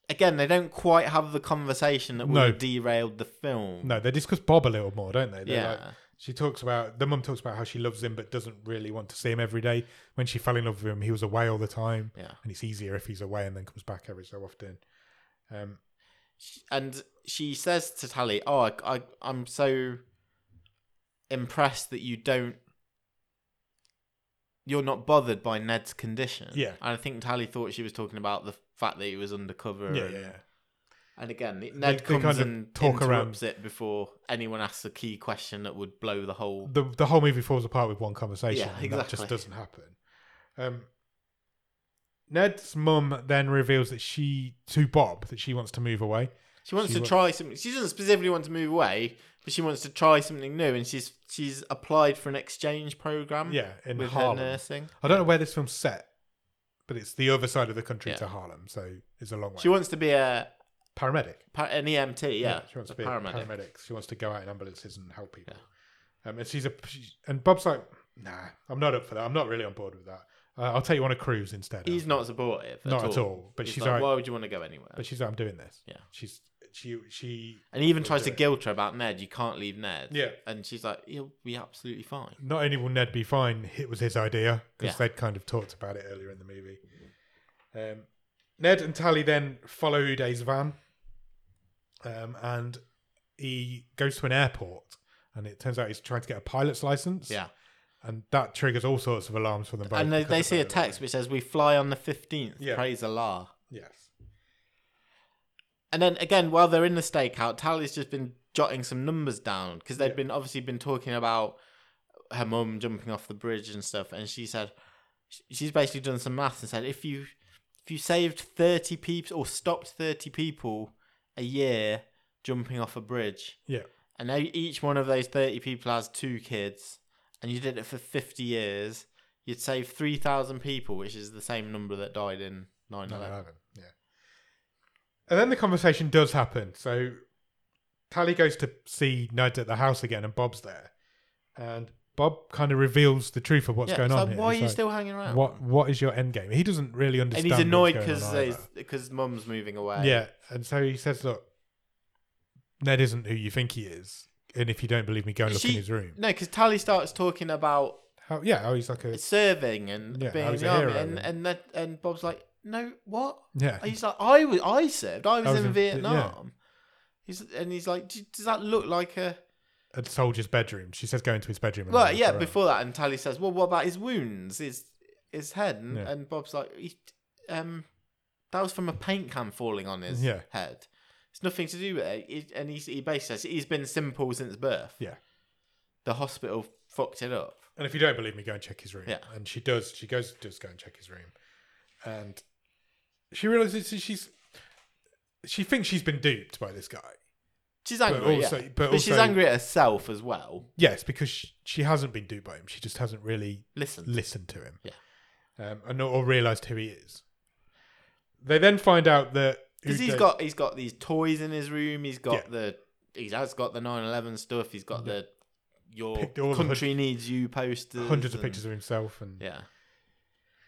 A: Again, they don't quite have the conversation that would
B: No.
A: have derailed the film.
B: no, they discuss Bob a little more, don't they? They're
A: Yeah.
B: like- she talks about the mum talks about how she loves him but doesn't really want to see him every day. When she fell in love with him, he was away all the time,
A: yeah.
B: and it's easier if he's away and then comes back every so often. Um,
A: and she says to Tally, "Oh, I, I, I'm so impressed that you don't, you're not bothered by Ned's condition."
B: Yeah.
A: and I think Tally thought she was talking about the fact that he was undercover.
B: yeah,
A: and,
B: yeah, yeah.
A: And again, Ned
B: they
A: comes
B: kind of
A: and
B: talk around-
A: interrupts it before anyone asks a key question that would blow the whole.
B: the the whole movie falls apart with one conversation.
A: Yeah,
B: and that just
A: exactly.
B: doesn't happen. Um, Ned's mum then reveals that she to Bob that she wants to move away.
A: She wants
B: She
A: to
B: wa-
A: try something. She doesn't specifically want to move away, but she wants to try something new, and she's she's applied for an exchange program.
B: Yeah, in
A: Mm. with her
B: Harlem.
A: nursing.
B: I don't know where this film's set, but it's the other side of the country
A: Yeah.
B: to Harlem, so it's a long way.
A: She wants to be a
B: paramedic.
A: Pa- an EMT, yeah,
B: she wants
A: a
B: to be
A: paramedic.
B: a paramedic. She wants to go out in ambulances and help people. Um, and she's a she, and Bob's like, nah, I'm not up for that. I'm not really on board with that. Uh, I'll take you on a cruise instead.
A: He's not supportive,
B: not
A: at all.
B: But
A: He's
B: she's
A: like,
B: like,
A: why would you want to go anywhere?
B: but she's like, I'm doing this.
A: Yeah.
B: She's she she
A: and he even tries
B: do
A: to
B: it.
A: guilt her about Ned. You can't leave Ned.
B: Yeah.
A: and she's like, he'll be absolutely fine.
B: not only will Ned be fine, it was his idea because
A: Yeah.
B: they'd kind of talked about it earlier in the movie. Um, Ned and Tally then follow Uday's van, um, and he goes to an airport, and it turns out he's trying to get a pilot's license.
A: Yeah,
B: and that triggers all sorts of alarms for them both.
A: and they,
B: because
A: they
B: of
A: see a
B: that.
A: text which says, "We fly on the fifteenth.
B: Yeah.
A: Praise Allah."
B: Yes,
A: And then again, while they're in the stakeout, Tally's just been jotting some numbers down because they'd
B: Yeah.
A: been obviously been talking about her mum jumping off the bridge and stuff, and she said sh- she's basically done some maths and said if you if you saved thirty people or stopped thirty people a year jumping off a bridge,
B: Yeah.
A: and now each one of those thirty people has two kids, and you did it for fifty years, you'd save three thousand people, which is the same number that died in nine
B: No,
A: eleven.
B: no, no, Yeah. And then the conversation does happen. So Tally goes to see Ned at the house again, and Bob's there. And Bob kind of reveals the truth of what's
A: Yeah,
B: going
A: it's
B: on.
A: like,
B: here.
A: why are
B: He's
A: you
B: like,
A: still hanging around?
B: What What is your end game? He doesn't really
A: and
B: understand.
A: he's
B: what's
A: annoyed
B: going on
A: because
B: either.
A: because mum's moving away.
B: yeah. And so he says, "Look, Ned isn't who you think he is, and if you don't believe me, go and look in
A: She-
B: his room."
A: No, because Tally starts talking about
B: How, yeah, oh, he's like a
A: serving and
B: Yeah,
A: being
B: how
A: in
B: he's
A: the
B: a
A: army,
B: hero
A: and
B: and-
A: and that, and Bob's like, no, what?
B: yeah.
A: He's like, I was, I served. I was, in,
B: Vi- yeah.
A: Vietnam. He's and he's like, "Do- does that look like a?
B: At soldier's bedroom, she says, "Go into his bedroom." and
A: Well,
B: look
A: yeah.
B: around."
A: Before that, and Tally says, well, what about his wounds? His his head, and,
B: Yeah.
A: and Bob's like, he, um, that was from a paint can falling on his
B: Yeah.
A: head. It's nothing to do with it. It- and he he basically says he's been simple since birth.
B: Yeah.
A: the hospital fucked it up.
B: And if you don't believe me, go and check his room.
A: Yeah.
B: And she does. She goes does go and check his room, and she realizes she- she's she thinks she's been duped by this guy.
A: She's angry,
B: but also,
A: yeah.
B: but,
A: but
B: also,
A: she's angry at herself as well.
B: Yes, because she, she hasn't been duped by him. She just hasn't really
A: Listen,
B: listened to him.
A: Yeah.
B: Um, and or realized who he is. They then find out that
A: because he's
B: Udo-
A: got he's got these toys in his room. He's got
B: Yeah.
A: the he has got the 9/11 stuff. He's got the your
B: Picked all the
A: country needs you posters,
B: hundreds of
A: and-
B: pictures of himself and
A: Yeah,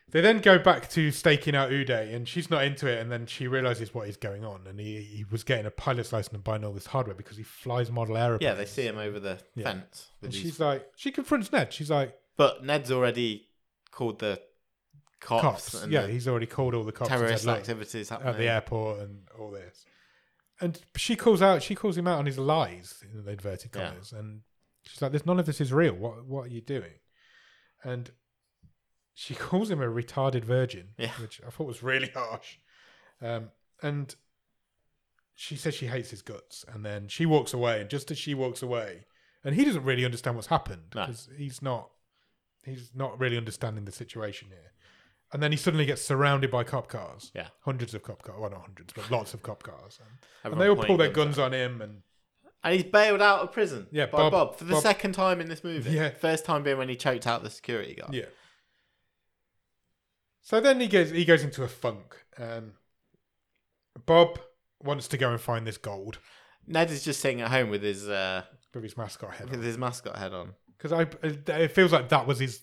B: They then go back to staking out Uday, and she's not into it. And then she realizes what is going on, and he, he was getting a pilot's license and buying all this hardware because he flies model airplanes.
A: yeah. They see him over the
B: Yeah.
A: fence, with
B: And
A: these-
B: she's like, she confronts Ned. She's like,
A: but Ned's already called the cops,
B: cops.
A: and
B: yeah,
A: the
B: he's already called all the cops and
A: terrorist
B: said, "Look,
A: activities happening.
B: at the airport and all this. And she calls out, she calls him out on his lies in the inverted
A: Yeah.
B: commas, and she's like, "There's none of this is real. What what are you doing?" And she [LAUGHS] calls him a retarded virgin,
A: Yeah.
B: which I thought was really harsh. Um, and she says she hates his guts, and then she walks away. And just as she walks away, and he doesn't really understand what's happened
A: No.
B: because he's not he's not really understanding the situation here. And then he suddenly gets surrounded by cop cars.
A: Yeah.
B: Hundreds of cop cars. Well, not hundreds, but lots of cop cars. And, and
A: Everyone
B: they all
A: pointing
B: pull their
A: guns
B: guns on him. And
A: And he's bailed out of prison
B: Yeah,
A: by
B: Bob-
A: Bob, for the
B: Bob-
A: second time in this movie.
B: Yeah.
A: First time being when he choked out the security guard.
B: yeah. So then he goes, he goes into a funk. Um, Bob wants to go and find this gold
A: Ned is just sitting at home with his uh,
B: with his mascot head.
A: with his mascot head on.
B: Because I, it feels like that was his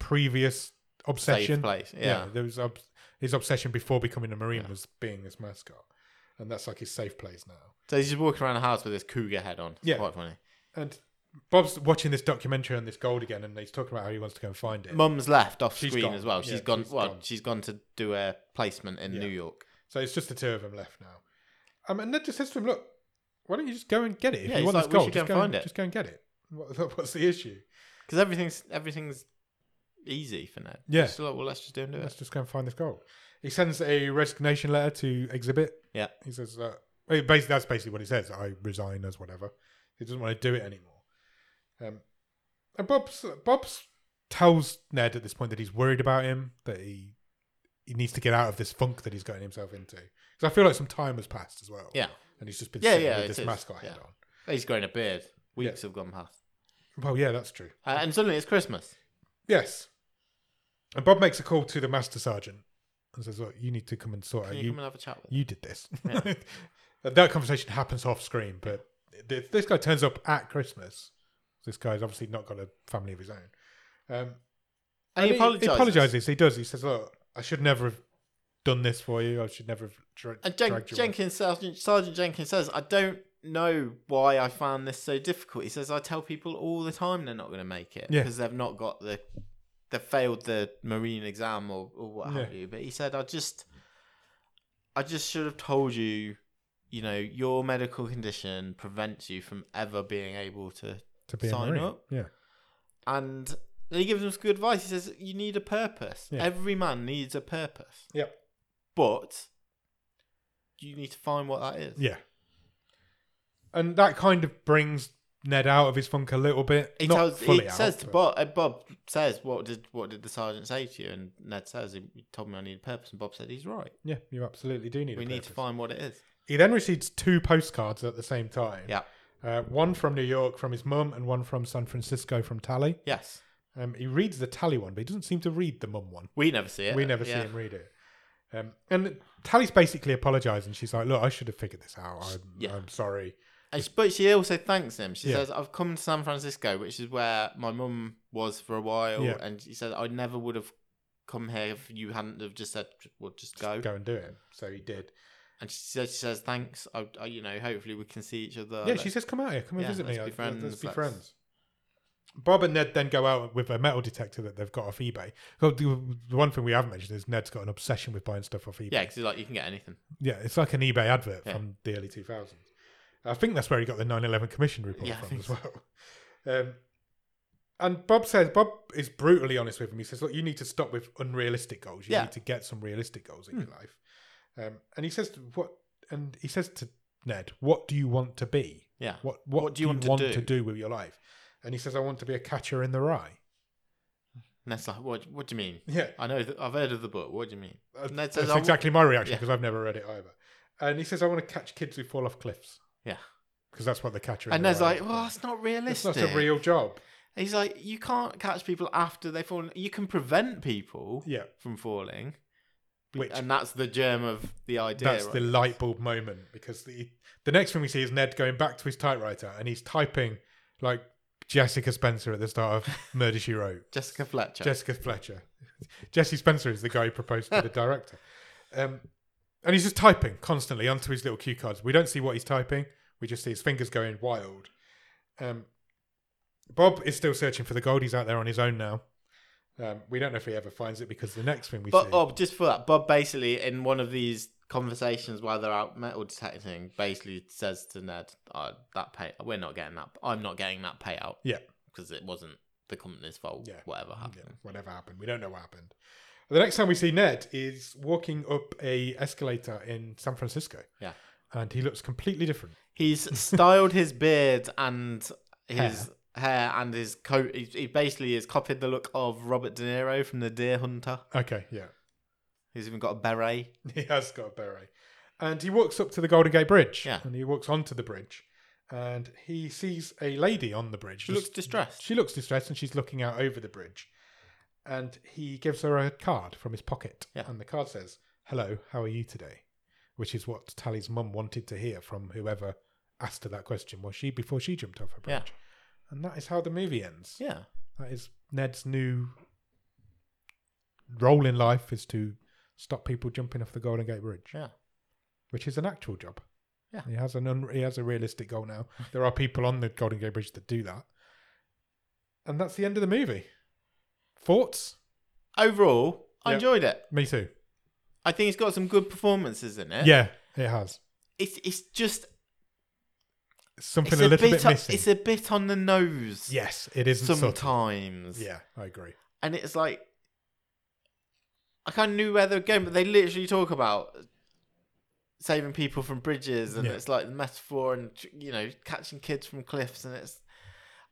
B: previous obsession.
A: Safe place. Yeah.
B: there was ob- his obsession before becoming a marine
A: Yeah.
B: was being this mascot, and that's like his safe place now.
A: So he's just walking around the house with his cougar head on. It's
B: Yeah.
A: Quite funny.
B: And Bob's watching this documentary on this gold again, and he's talking about how he wants to go and find it.
A: Mum's left off
B: She's
A: screen
B: gone.
A: as well.
B: Yeah,
A: She's gone.
B: she's
A: well,
B: gone.
A: she's gone to do a placement in
B: Yeah.
A: New York.
B: so it's just the two of them left now. Um, and Ned just says to him, "Look, why don't you just go and get it? If
A: Yeah,
B: you
A: he's
B: want
A: like,
B: this
A: we
B: gold,
A: should go
B: just
A: and
B: go
A: find it."
B: Just go and get it. What, [LAUGHS] what's the issue?
A: Because everything's everything's easy for Ned.
B: Yeah.
A: Just like, well, let's just do and do
B: Let's
A: it.
B: just go and find this gold." He sends a resignation letter to Exhibit.
A: Yeah.
B: He says, uh, well, basi- that's basically what he says. I resign as whatever. He doesn't want to do it anymore. Um, and Bob's, Bob's tells Ned at this point that he's worried about him, that he he needs to get out of this funk that he's gotten himself into. Because I feel like some time has passed as well.
A: Yeah.
B: And he's just been
A: Yeah,
B: sitting
A: yeah,
B: with
A: it
B: this
A: is.
B: mascot head
A: Yeah. He's grown a beard. Weeks have gone past.
B: on. Well, yeah, that's true.
A: Uh, and suddenly it's Christmas.
B: Yes. And Bob makes a call to the master sergeant and says, Look, you need to come and sort
A: Can
B: out.
A: you,
B: You,
A: come and have a chat with?
B: you did this.
A: Yeah.
B: [LAUGHS] that conversation happens off screen, but if this guy turns up at Christmas, this guy's obviously not got a family of his own. Um,
A: And he apologises.
B: He apologizes. He does. He says, "Look, I should never have done this for you. I should never have." Dra-
A: And Jen-
B: dragged you along."
A: Jenkins, Sergeant, Sergeant Jenkins says, I don't know why I found this so difficult. He says, I tell people all the time they're not going to make it
B: Yeah.
A: because they've not got the, they failed the Marine exam or, or what have
B: Yeah.
A: you. But he said, I just, I just should have told you, you know, your medical condition prevents you from ever being able to.
B: to be a
A: sign
B: Marine.
A: up.
B: Yeah,
A: And then he gives him some good advice. He says, You need a purpose.
B: Yeah.
A: Every man needs a purpose.
B: Yep.
A: But you need to find what that is.
B: yeah. and that kind of brings Ned out of his funk a little bit.
A: He
B: Not
A: tells,
B: fully
A: he
B: out,
A: says to
B: but-
A: Bob, uh, Bob says, "What did what did the sergeant say to you?" And Ned says, "He told me I need a purpose." And Bob said, "He's right.
B: Yeah, you absolutely do need.
A: we
B: a
A: need to
B: purpose.
A: find what it is."
B: He then receives two postcards at the same time.
A: Yeah.
B: Uh, one from New York from his mum, and one from San Francisco from Tally.
A: Yes,
B: Um, he reads the Tally one, but he doesn't seem to read the mum one.
A: we never see it.
B: we never
A: Yeah.
B: see him read it. Um, and Tally's basically apologising. She's like, "Look, I should have figured this out. I'm,
A: Yeah.
B: I'm sorry."
A: And she, but she also thanks him. She
B: Yeah.
A: says, "I've come to San Francisco, which is where my mum was for a while,
B: Yeah.
A: and she said I never would have come here if you hadn't have just said, well, just go.'"
B: Go and do it. So he did.
A: And she says, "She says thanks. I, I, you know, hopefully we can see each other."
B: yeah,
A: Like,
B: she says, "Come out here, come and
A: Yeah,
B: visit me.
A: let's be
B: Like, let- Let's
A: friends,
B: be
A: let's-
B: friends." Bob and Ned then go out with a metal detector that they've got off eBay. Oh, The the one thing we haven't mentioned is Ned's got an obsession with buying stuff off eBay.
A: yeah, because like you can get anything.
B: Yeah, it's like an eBay advert
A: Yeah.
B: from the early 2000s. I think that's where he got the 9 11 Commission report
A: Yeah, I
B: from
A: think
B: as well. [LAUGHS] Um, and Bob says, Bob is brutally honest with him. He says, Look, you need to stop with unrealistic goals. You
A: Yeah.
B: need to get some realistic goals in your life. Um, and he says, to- What? And he says to Ned, What do you want to be?
A: Yeah,
B: What, what, do you want, to, do?
A: do?
B: with your life? And he says, I want to be a catcher in the rye. [LAUGHS]
A: and that's like, what? What do you mean?
B: Yeah.
A: I know. Th- I've heard of the book. What do you mean?
B: Uh,
A: Ned
B: That's
A: says, "I wa-
B: exactly my reaction
A: Yeah.
B: because I've never read it either. And he says, I want to catch kids who fall off cliffs.
A: Yeah.
B: Because that's what the catcher in
A: And
B: the
A: Ned's
B: rye
A: like,
B: is.
A: well, that's not
B: It's
A: realistic.
B: not a real job.
A: He's like, you can't catch people after they fall. You can prevent people
B: Yeah.
A: from falling,
B: Which
A: and oh that's the germ of the idea.
B: that's the light bulb moment because the the next thing we see is Ned going back to his typewriter and he's typing like Jessica Spencer at the start of
A: [LAUGHS]
B: Murder She Wrote.
A: Jessica Fletcher.
B: Jessica Fletcher. Jesse Spencer is the guy who proposed to the
A: [LAUGHS]
B: director. Um, and he's just typing constantly onto his little cue cards. We don't see what he's typing. We just see his fingers going wild. Um, Bob is still searching for the gold. He's out there on his own now. Um, we don't know if he ever finds it because the next thing we
A: but
B: see.
A: oh, just for that, Bob basically in one of these conversations while they're out metal detecting, basically says to Ned, oh, "That pay, we're not getting that. I'm not getting that payout.
B: Yeah.
A: because it wasn't the company's fault.
B: Yeah.
A: whatever happened.
B: Yeah, whatever happened. We don't know what happened. The next time we see Ned is walking up a escalator in San Francisco.
A: Yeah.
B: And he looks completely different.
A: He's styled his beard and his."
B: Hair.
A: Hair and his coat. He, he basically has copied the look of Robert De Niro from The Deer Hunter.
B: Okay, yeah.
A: He's even got a beret.
B: [LAUGHS] He has got a beret. And he walks up to the Golden Gate Bridge.
A: Yeah.
B: And he walks onto the bridge. And he sees a lady on the bridge.
A: She looks distressed.
B: She looks distressed and she's looking out over the bridge. And he gives her a card from his pocket.
A: Yeah.
B: And the card says, Hello, how are you today? Which is what Tally's mum wanted to hear from whoever asked her that question, was she, before she jumped off her bridge.
A: Yeah.
B: And that is how the movie ends.
A: Yeah.
B: That is Ned's new role in life is to stop people jumping off the Golden Gate Bridge.
A: Yeah.
B: Which is an actual job.
A: Yeah.
B: He has an un- he has a realistic goal
A: [LAUGHS]
B: now. There are people on the Golden Gate Bridge that do that. And that's the end of the movie. Thoughts?
A: Overall, I
B: Yeah.
A: enjoyed it.
B: Me too.
A: I think it's got some good performances in it.
B: Yeah, it has.
A: It's it's just
B: Something
A: it's
B: a
A: a,
B: little
A: bit,
B: bit,
A: o-
B: missing.
A: it's a bit on the nose.
B: yes, it isn't subtle.
A: sometimes.
B: Yeah, I agree.
A: and it's like I kind of knew where they were going, but they literally talk about saving people from bridges, and
B: Yeah.
A: it's like the metaphor, and you know, catching kids from cliffs, and it's,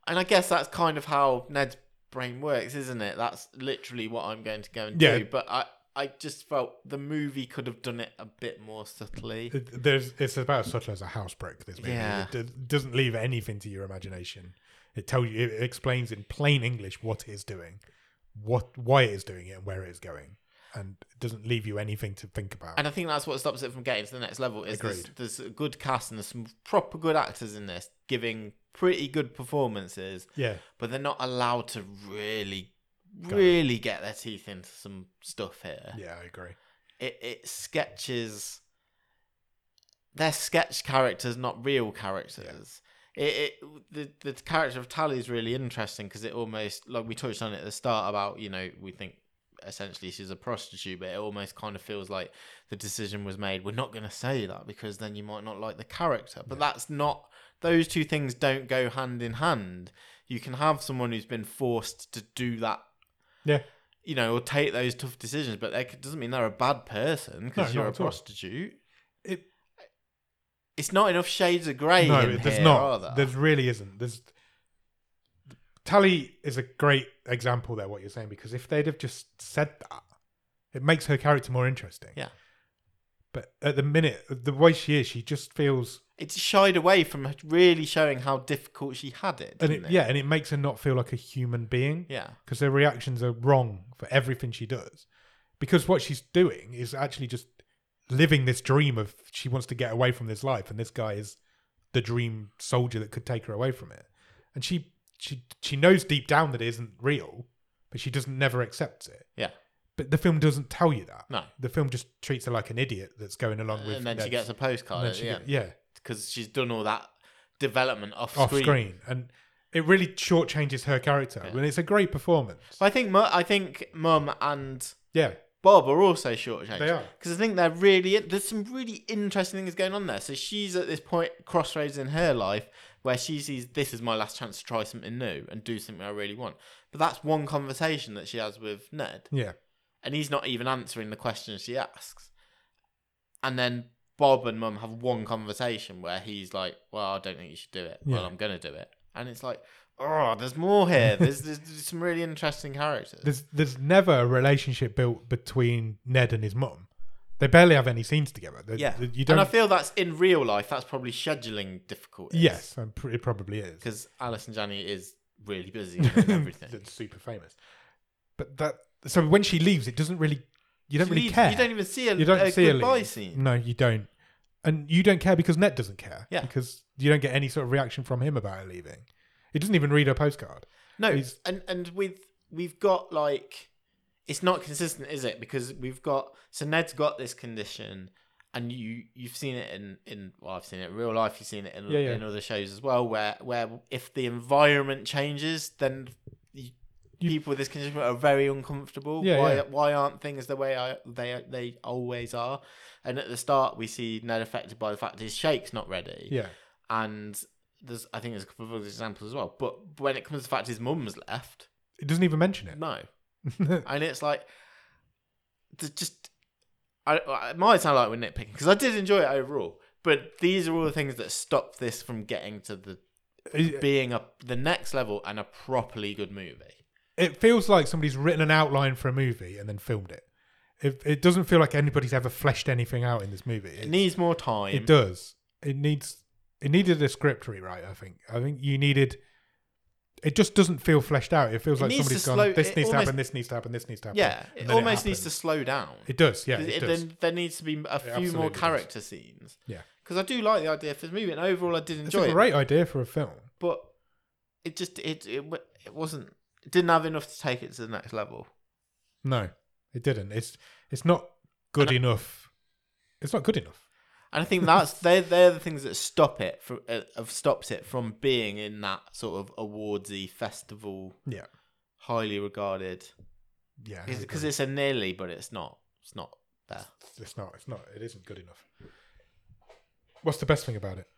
A: and I guess that's kind of how Ned's brain works, isn't it? That's literally what I'm going to go and
B: Yeah.
A: do. But I, I just felt the movie could have done it a bit more subtly.
B: There's it's about as subtle as a house brick. This movie
A: Yeah.
B: it do- doesn't leave anything to your imagination. It tells you, it explains in plain English what it is doing, what why it is doing it, and where it is going, and it doesn't leave you anything to think about.
A: And I think that's what stops it from getting to the next level. Is there's,
B: Agreed.
A: there's a good cast and there's some proper good actors in this giving pretty good performances.
B: yeah,
A: but they're not allowed to really really get their teeth into some stuff here
B: yeah, I agree.
A: it, it sketches they're sketch characters not real characters it, it the, the character of tally is really interesting because it almost like we touched on it at the start about you know we think essentially she's a prostitute but it almost kind of feels like the decision was made we're not going to say that because then you might not like the character but that's not those two things don't go hand in hand you can have someone who's been forced to do that
B: Yeah,
A: you know, or take those tough decisions, but that c- doesn't mean they're a bad person because
B: No,
A: you're
B: not
A: a
B: at all.
A: prostitute.
B: it
A: It's not enough shades of grey.
B: No,
A: in
B: there's
A: here,
B: not.
A: are there?
B: There really isn't. There's Tally is a great example there. What you're saying because if they'd have just said that, it makes her character more interesting.
A: Yeah.
B: But at the minute, the way she is, she just feels,
A: It shied away from really showing how difficult she had it.
B: and
A: didn't
B: it, yeah, and it makes her not feel like a human being.
A: Yeah.
B: because her reactions are wrong for everything she does. Because what she's doing is actually just living this dream of she wants to get away from this life, and this guy is the dream soldier that could take her away from it. And she she she knows deep down that it isn't real, but she doesn't never accepts it.
A: Yeah.
B: But the film doesn't tell you that.
A: No. Uh,
B: The film just treats her like an idiot that's going along with.
A: And then
B: their-
A: she gets uh, a postcard
B: then
A: at
B: she
A: the
B: get- yeah,
A: because she's done all that development off,
B: off
A: screen.
B: screen, and it really shortchanges her character. And it's a great performance.
A: So I think mu- I think Mum and
B: yeah,
A: Bob are also shortchanged.
B: They are.
A: because I think they're really there's some really interesting things going on there. So she's at this point crossroads in her life where she sees this is my last chance to try something new and do something I really want. But that's one conversation that she has with Ned,
B: yeah.
A: and he's not even answering the questions she asks. And then Bob and Mum have one conversation where he's like, "Well, I don't think you should do it. Well,
B: Yeah.
A: I'm gonna do it." And it's like, "Oh, there's more here. There's there's, there's some really interesting characters."
B: [LAUGHS] there's there's never a relationship built between Ned and his mum. They barely have any scenes together. They-
A: Yeah.
B: they- you don't.
A: And I feel that's in real life. That's probably scheduling difficulties.
B: yes, I'm pr- it probably is. [CLEARS THROAT]
A: because Alice and Johnny is
B: [LAUGHS]
A: really busy and everything.
B: That's super famous. But that so when she leaves, it doesn't really. You don't
A: She
B: really
A: leaves-
B: care.
A: You don't even see a,
B: You don't
A: a
B: see her
A: goodbye
B: leave.
A: scene.
B: No, you don't. And you don't care because Ned doesn't care.
A: Yeah.
B: Because you don't get any sort of reaction from him about her leaving. He doesn't even read her postcard.
A: No,
B: He's-
A: and and with we've got like it's not consistent, is it? Because we've got so Ned's got this condition, and you you've seen it in in well, I've seen it in real life. You've seen it in
B: Yeah, yeah.
A: in other shows as well, where where if the environment changes, then. You,
B: You-
A: People with this condition are very uncomfortable.
B: Yeah,
A: why,
B: yeah.
A: why aren't things the way I, they they always are? And at the start, we see Ned affected by the fact his shake's not ready
B: Yeah.
A: and there's I think there's a couple of other examples as well. But when it comes to the fact his mum's left,
B: It doesn't even mention it.
A: no, and it's like there's just I, I it might sound like we're nitpicking because I did enjoy it overall, but these are all the things that stop this from getting to the
B: [LAUGHS] It-
A: being a the next level and a properly good movie.
B: it feels like somebody's written an outline for a movie and then filmed it. It, it doesn't feel like anybody's ever fleshed anything out in this movie.
A: It
B: It,
A: needs more time.
B: it does. It needs. It needed a script rewrite. I think. I think you needed. It just doesn't feel fleshed out. It feels
A: It
B: like
A: needs to
B: somebody's gone.
A: slow-
B: this
A: it
B: needs to
A: almost-
B: happen. This needs to happen. This needs to happen.
A: Yeah,
B: and
A: it
B: then
A: almost needs to
B: happens.
A: slow down.
B: It does. Yeah.
A: Th-
B: It,
A: it-
B: does.
A: Then there needs to be a few
B: absolutely
A: more
B: does.
A: character scenes.
B: Yeah.
A: because I do like the idea for this movie, and overall, I did
B: It's
A: enjoy
B: a
A: it.
B: great idea for a film.
A: but it just it it, w- it wasn't it didn't have enough to take it to the next level.
B: No, it didn't. It's it's not good
A: And
B: enough. It's not good enough.
A: And I
B: [LAUGHS]
A: think that's they they're the things that stop it from uh, have stopped it from being in that sort of awardsy festival,
B: Yeah.
A: highly regarded
B: Yeah. I
A: because
B: agree.
A: it's a nearly, but it's not it's not there.
B: it's not. It's not. It isn't good enough. What's the best thing about it?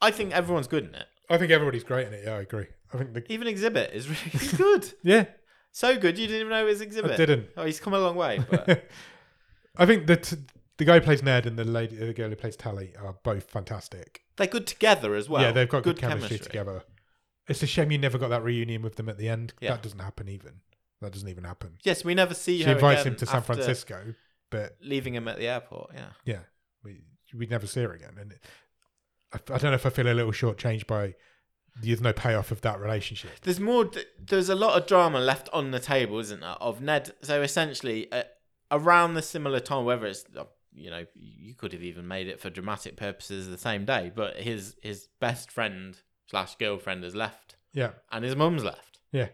A: I think everyone's good in it.
B: I think everybody's great in it. Yeah, I agree. I think the
A: Even Exhibit
B: [LAUGHS]
A: is [LAUGHS] really good,
B: yeah,
A: so good you didn't even know it was Exhibit.
B: I didn't.
A: Oh, he's come a long way,
B: [LAUGHS]
A: but
B: I think that the guy who plays Ned and the lady, the girl who plays Tally, are both fantastic.
A: they're good together as well.
B: yeah, they've got good, chemistry, together. It's a shame you never got that reunion with them at the end.
A: Yeah.
B: That doesn't happen even. That doesn't even happen.
A: Yes, we never see
B: She
A: her
B: invites
A: again
B: him to San
A: after
B: Francisco, but
A: leaving him at the airport. Yeah.
B: yeah, we we never see her again. And it, I, I don't know if I feel a little shortchanged by there's no payoff of that relationship.
A: there's more there's a lot of drama left on the table isn't there of ned so essentially uh, around the similar time whether it's uh, you know you could have even made it for dramatic purposes the same day but his his best friend slash girlfriend has left
B: Yeah,
A: and his mum's left
B: Yeah.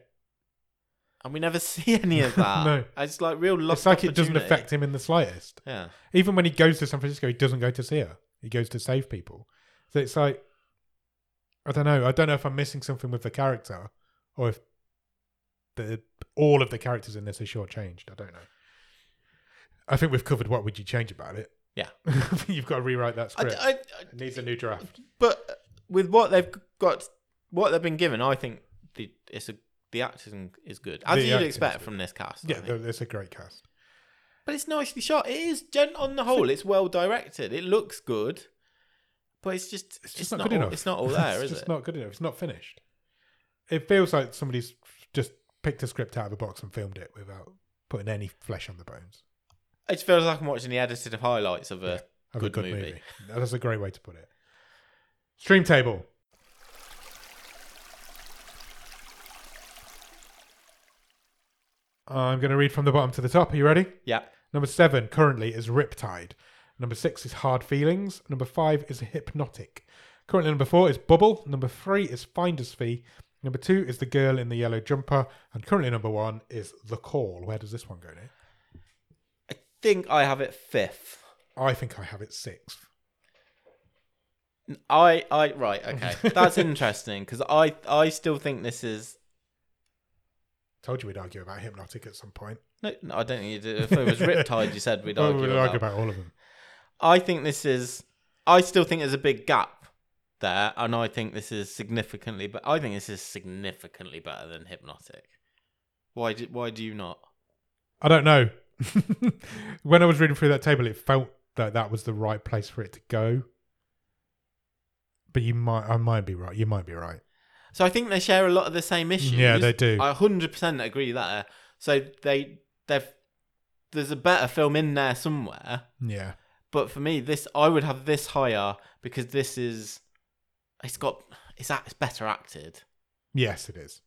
A: and we never [LAUGHS] see any of that
B: No.
A: it's like real lost
B: it's like it doesn't
A: opportunity.
B: affect him in the slightest.
A: yeah
B: Even when he goes to San Francisco, he doesn't go to see her. He goes to save people. So it's like, I don't know. I don't know if I'm missing something with the character, or if the all of the characters in this are shortchanged. I don't know. I think we've covered what would you change about it.
A: Yeah.
B: [LAUGHS] I think you've got to rewrite that
A: I,
B: script.
A: I, I-
B: it needs a new draft.
A: but with what they've got what they've been given i think the it's a the acting is good as
B: The
A: you'd
B: acting's
A: expect
B: good.
A: from this cast I
B: Yeah,
A: think.
B: th- it's a great cast.
A: But it's nicely shot. It is gen on the whole. It's well directed. It looks good, but it's just it's,
B: It's just not, good
A: all,
B: enough.
A: It's not all there,
B: [LAUGHS] it's
A: is
B: just
A: it?
B: not good enough. It's not finished. It feels like somebody's just picked a script out of a box and filmed it without putting any flesh on the bones.
A: It feels like I'm watching the edited highlights of a.
B: Of
A: Good
B: a good
A: movie.
B: movie. That's a great way to put it. Stream table. I'm going to read from the bottom to the top. Are you ready?
A: Yeah.
B: Number seven currently is Riptide. Number six is Hard Feelings. Number five is Hypnotic. Currently, number four is Bubble. Number three is Finder's Fee. Number two is The Girl in the Yellow Jumper. And currently, number one is The Call. Where does this one go, Nick?
A: I think I have it fifth.
B: I think I have it sixth.
A: I I right
B: [LAUGHS]
A: okay. That's interesting because I I still think this is.
B: Told you we'd argue about Hypnotic at some point.
A: No, no I don't think you did. If it was Riptide, you
B: [LAUGHS]
A: said we'd
B: Well,
A: argue.
B: Oh, we'd
A: about.
B: argue about all of them.
A: I think this is. I still think there's a big gap there, and I think this is significantly. But I think this is significantly better than Hypnotic. Why do Why do you not?
B: I don't know. [LAUGHS] when I was reading through that table, it felt that that was the right place for it to go. But you might, I might be right. You might be right.
A: So I think they share a lot of the same issues.
B: Mm, Yeah, they do.
A: I 100% agree there. So they they've there's a better film in there somewhere.
B: Yeah.
A: But for me, this I would have this higher because this is it's got it's act- it's better acted
B: Yes, it is.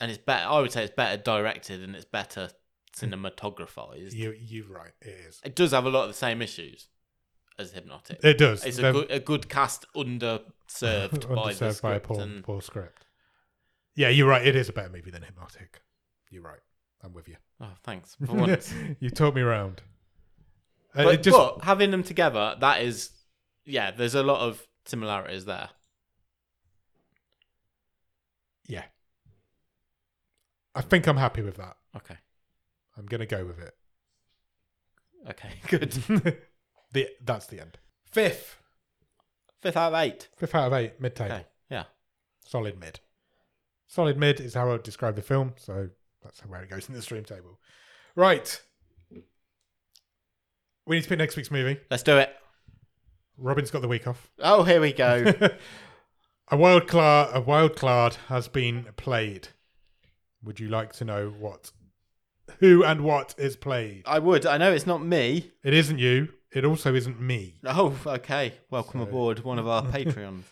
A: and it's better. I would say it's better directed and it's better
B: Mm.
A: cinematographized.
B: You, you're right. It is.
A: It does have a lot of the same issues as Hypnotic.
B: It does.
A: It's a
B: They're
A: good, a good cast [LAUGHS]
B: [LAUGHS]
A: underserved by the
B: underserved by a
A: script.
B: poor,
A: and
B: poor script. Yeah, you're right. It is a better movie than Hypnotic. You're right. I'm with you.
A: oh, [LAUGHS] thanks for once.
B: [LAUGHS] you taught me round. Uh,
A: but,
B: it just,
A: but having them together, that is, yeah, there's a lot of similarities there.
B: yeah. I think I'm happy with that.
A: Okay,
B: I'm gonna go with it. [LAUGHS]
A: okay, [LAUGHS] good.
B: the that's the end. Fifth,
A: Fifth out of eight.
B: fifth out of eight, mid table,
A: Okay, yeah.
B: solid mid. Solid mid is how I would describe the film, so that's where it goes in the stream table. Right, we need to pick next week's movie.
A: Let's do it.
B: Robin's got the week off. [LAUGHS]
A: Oh, here we [LAUGHS] go.
B: a wild card, a wild card has been played. Would you like to know what, who, and what is played?
A: I would. I know it's not me.
B: It isn't you. It also isn't me.
A: Oh, okay. Welcome
B: So-
A: aboard one of [LAUGHS] our Patreons.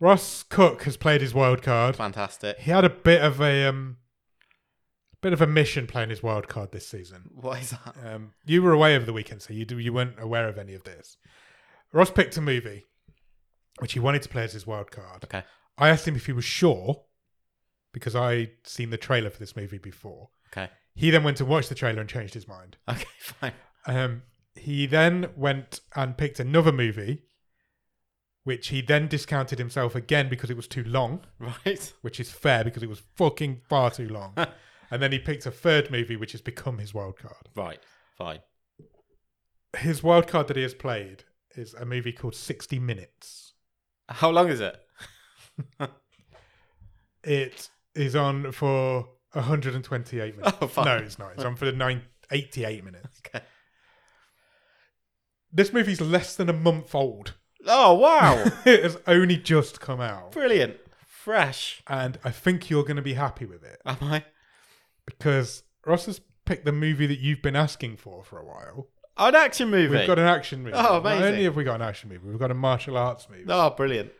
B: Ross Cook has played his wild card.
A: Fantastic.
B: He had a bit of a um, bit of a mission playing his wild card this season.
A: What is that?
B: Um, you were away over the weekend, so you do, you weren't aware of any of this. Ross picked a movie which he wanted to play as his wild card.
A: Okay.
B: I asked him if he was sure because I'd seen the trailer for this movie before.
A: Okay.
B: He then went to watch the trailer and changed his mind.
A: Okay, [LAUGHS] fine.
B: Um, he then went and picked another movie, which he then discounted himself again because it was too long
A: Right.
B: which is fair because it was fucking far too long. and then he picked a third movie, which has become his wild card.
A: Right. Fine.
B: His wild card that he has played is a movie called 60 Minutes.
A: How long is it?
B: It is on for 128 minutes.
A: [LAUGHS] Oh, fuck.
B: no, it's not. It's on for nine, 88 minutes.
A: Okay.
B: This movie's less than a month old. [LAUGHS]
A: Oh, wow.
B: it has only just come out.
A: Brilliant. Fresh.
B: And I think you're going to be happy with it
A: Am I?
B: because Ross has picked the movie that you've been asking for for a while.
A: Oh, An action movie.
B: We've got an action movie.
A: Oh,
B: Not
A: amazing.
B: only have we got an action movie, we've got a martial arts movie.
A: Oh, brilliant.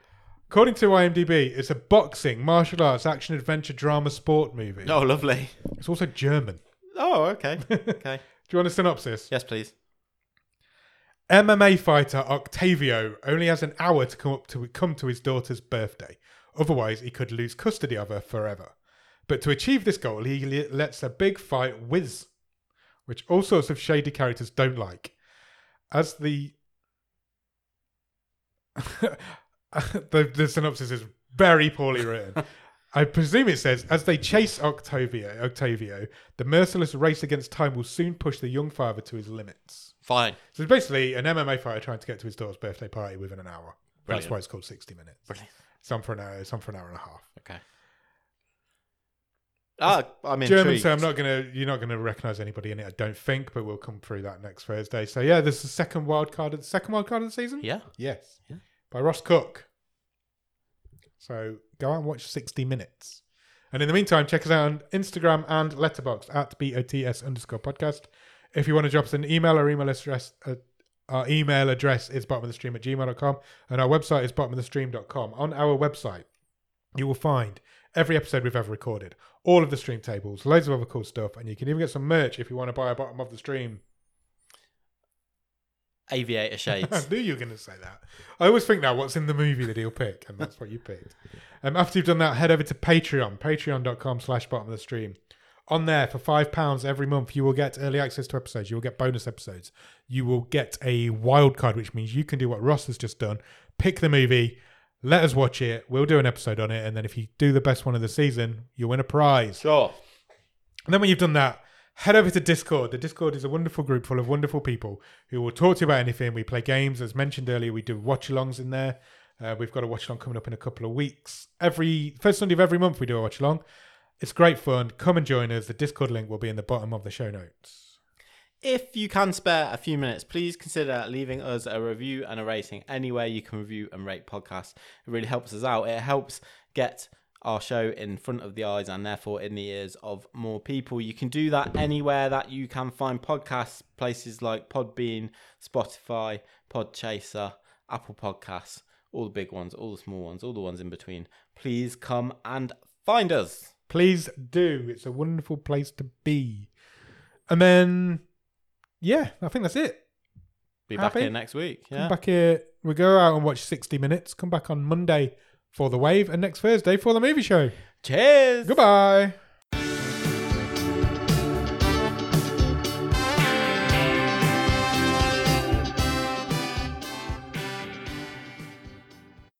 B: According to IMDb, it's a boxing, martial arts, action, adventure, drama, sport movie.
A: Oh, lovely.
B: It's also German. [LAUGHS]
A: Oh, okay. Okay.
B: Do you want a synopsis?
A: Yes, please.
B: MMA fighter Octavio only has an hour to come up to come to his daughter's birthday. Otherwise, he could lose custody of her forever. But to achieve this goal, he le- lets a big fight whiz, which all sorts of shady characters don't like. As the [LAUGHS] the, the synopsis is very poorly written. I presume it says, as they chase Octavio, Octavio, the merciless race against time will soon push the young father to his limits.
A: Fine.
B: So it's basically an MMA fighter trying to get to his daughter's birthday party within an hour. That's
A: Brilliant.
B: why it's called 60 minutes.
A: Brilliant.
B: Some for an hour, some for an hour and a half.
A: Okay. Ah, I'm intrigued.
B: German, so I'm not gonna. You're not gonna recognise anybody in it, I don't think. But we'll come through that next Thursday. So yeah, this is the second wild card. Of the second wild card of the season.
A: Yeah.
B: Yes.
A: Yeah.
B: By Ross Cook. So go out and watch 60 minutes. And in the meantime, check us out on Instagram and Letterboxd at BOTS underscore podcast. If you want to drop us an email, our email address, uh, our email address is bottom of the stream at gmail.com and our website is bottom of the stream.com. On our website, you will find every episode we've ever recorded, all of the stream tables, loads of other cool stuff, and you can even get some merch if you want to buy a bottom of the stream [LAUGHS]
A: Aviator shades.
B: I knew you were going to say that. I always think now what's in the movie that he'll pick, and that's what you picked. Um, after you've done that, head over to Patreon, patreon.com slash bottom of the stream. On there, for £5 every month, you will get early access to episodes, you will get bonus episodes, you will get a wild card, which means you can do what Ross has just done, pick the movie, let us watch it, we'll do an episode on it, and then if you do the best one of the season, you'll win a prize.
A: sure.
B: And then when you've done that, head over to Discord. The Discord is a wonderful group full of wonderful people who will talk to you about anything. We play games, as mentioned earlier. We do watch alongs in there. Uh, we've got a watch along coming up in a couple of weeks. Every first Sunday of every month, we do a watch along. It's great fun. Come and join us. The Discord link will be in the bottom of the show notes.
A: If you can spare a few minutes, please consider leaving us a review and a rating anywhere you can review and rate podcasts. It really helps us out. It helps get our show in front of the eyes and therefore in the ears of more people. You can do that anywhere that you can find podcasts, places like Podbean, Spotify, Podchaser, Apple Podcasts, all the big ones, all the small ones, all the ones in between. Please come and find us.
B: Please do. It's a wonderful place to be. And then, yeah, I think that's it.
A: Be back
B: Happy?
A: here next week.
B: Come
A: Yeah.
B: back here. We go out and watch 60 minutes. Come back on Monday for The Wave and next Thursday for The Movie Show.
A: Cheers.
B: Goodbye.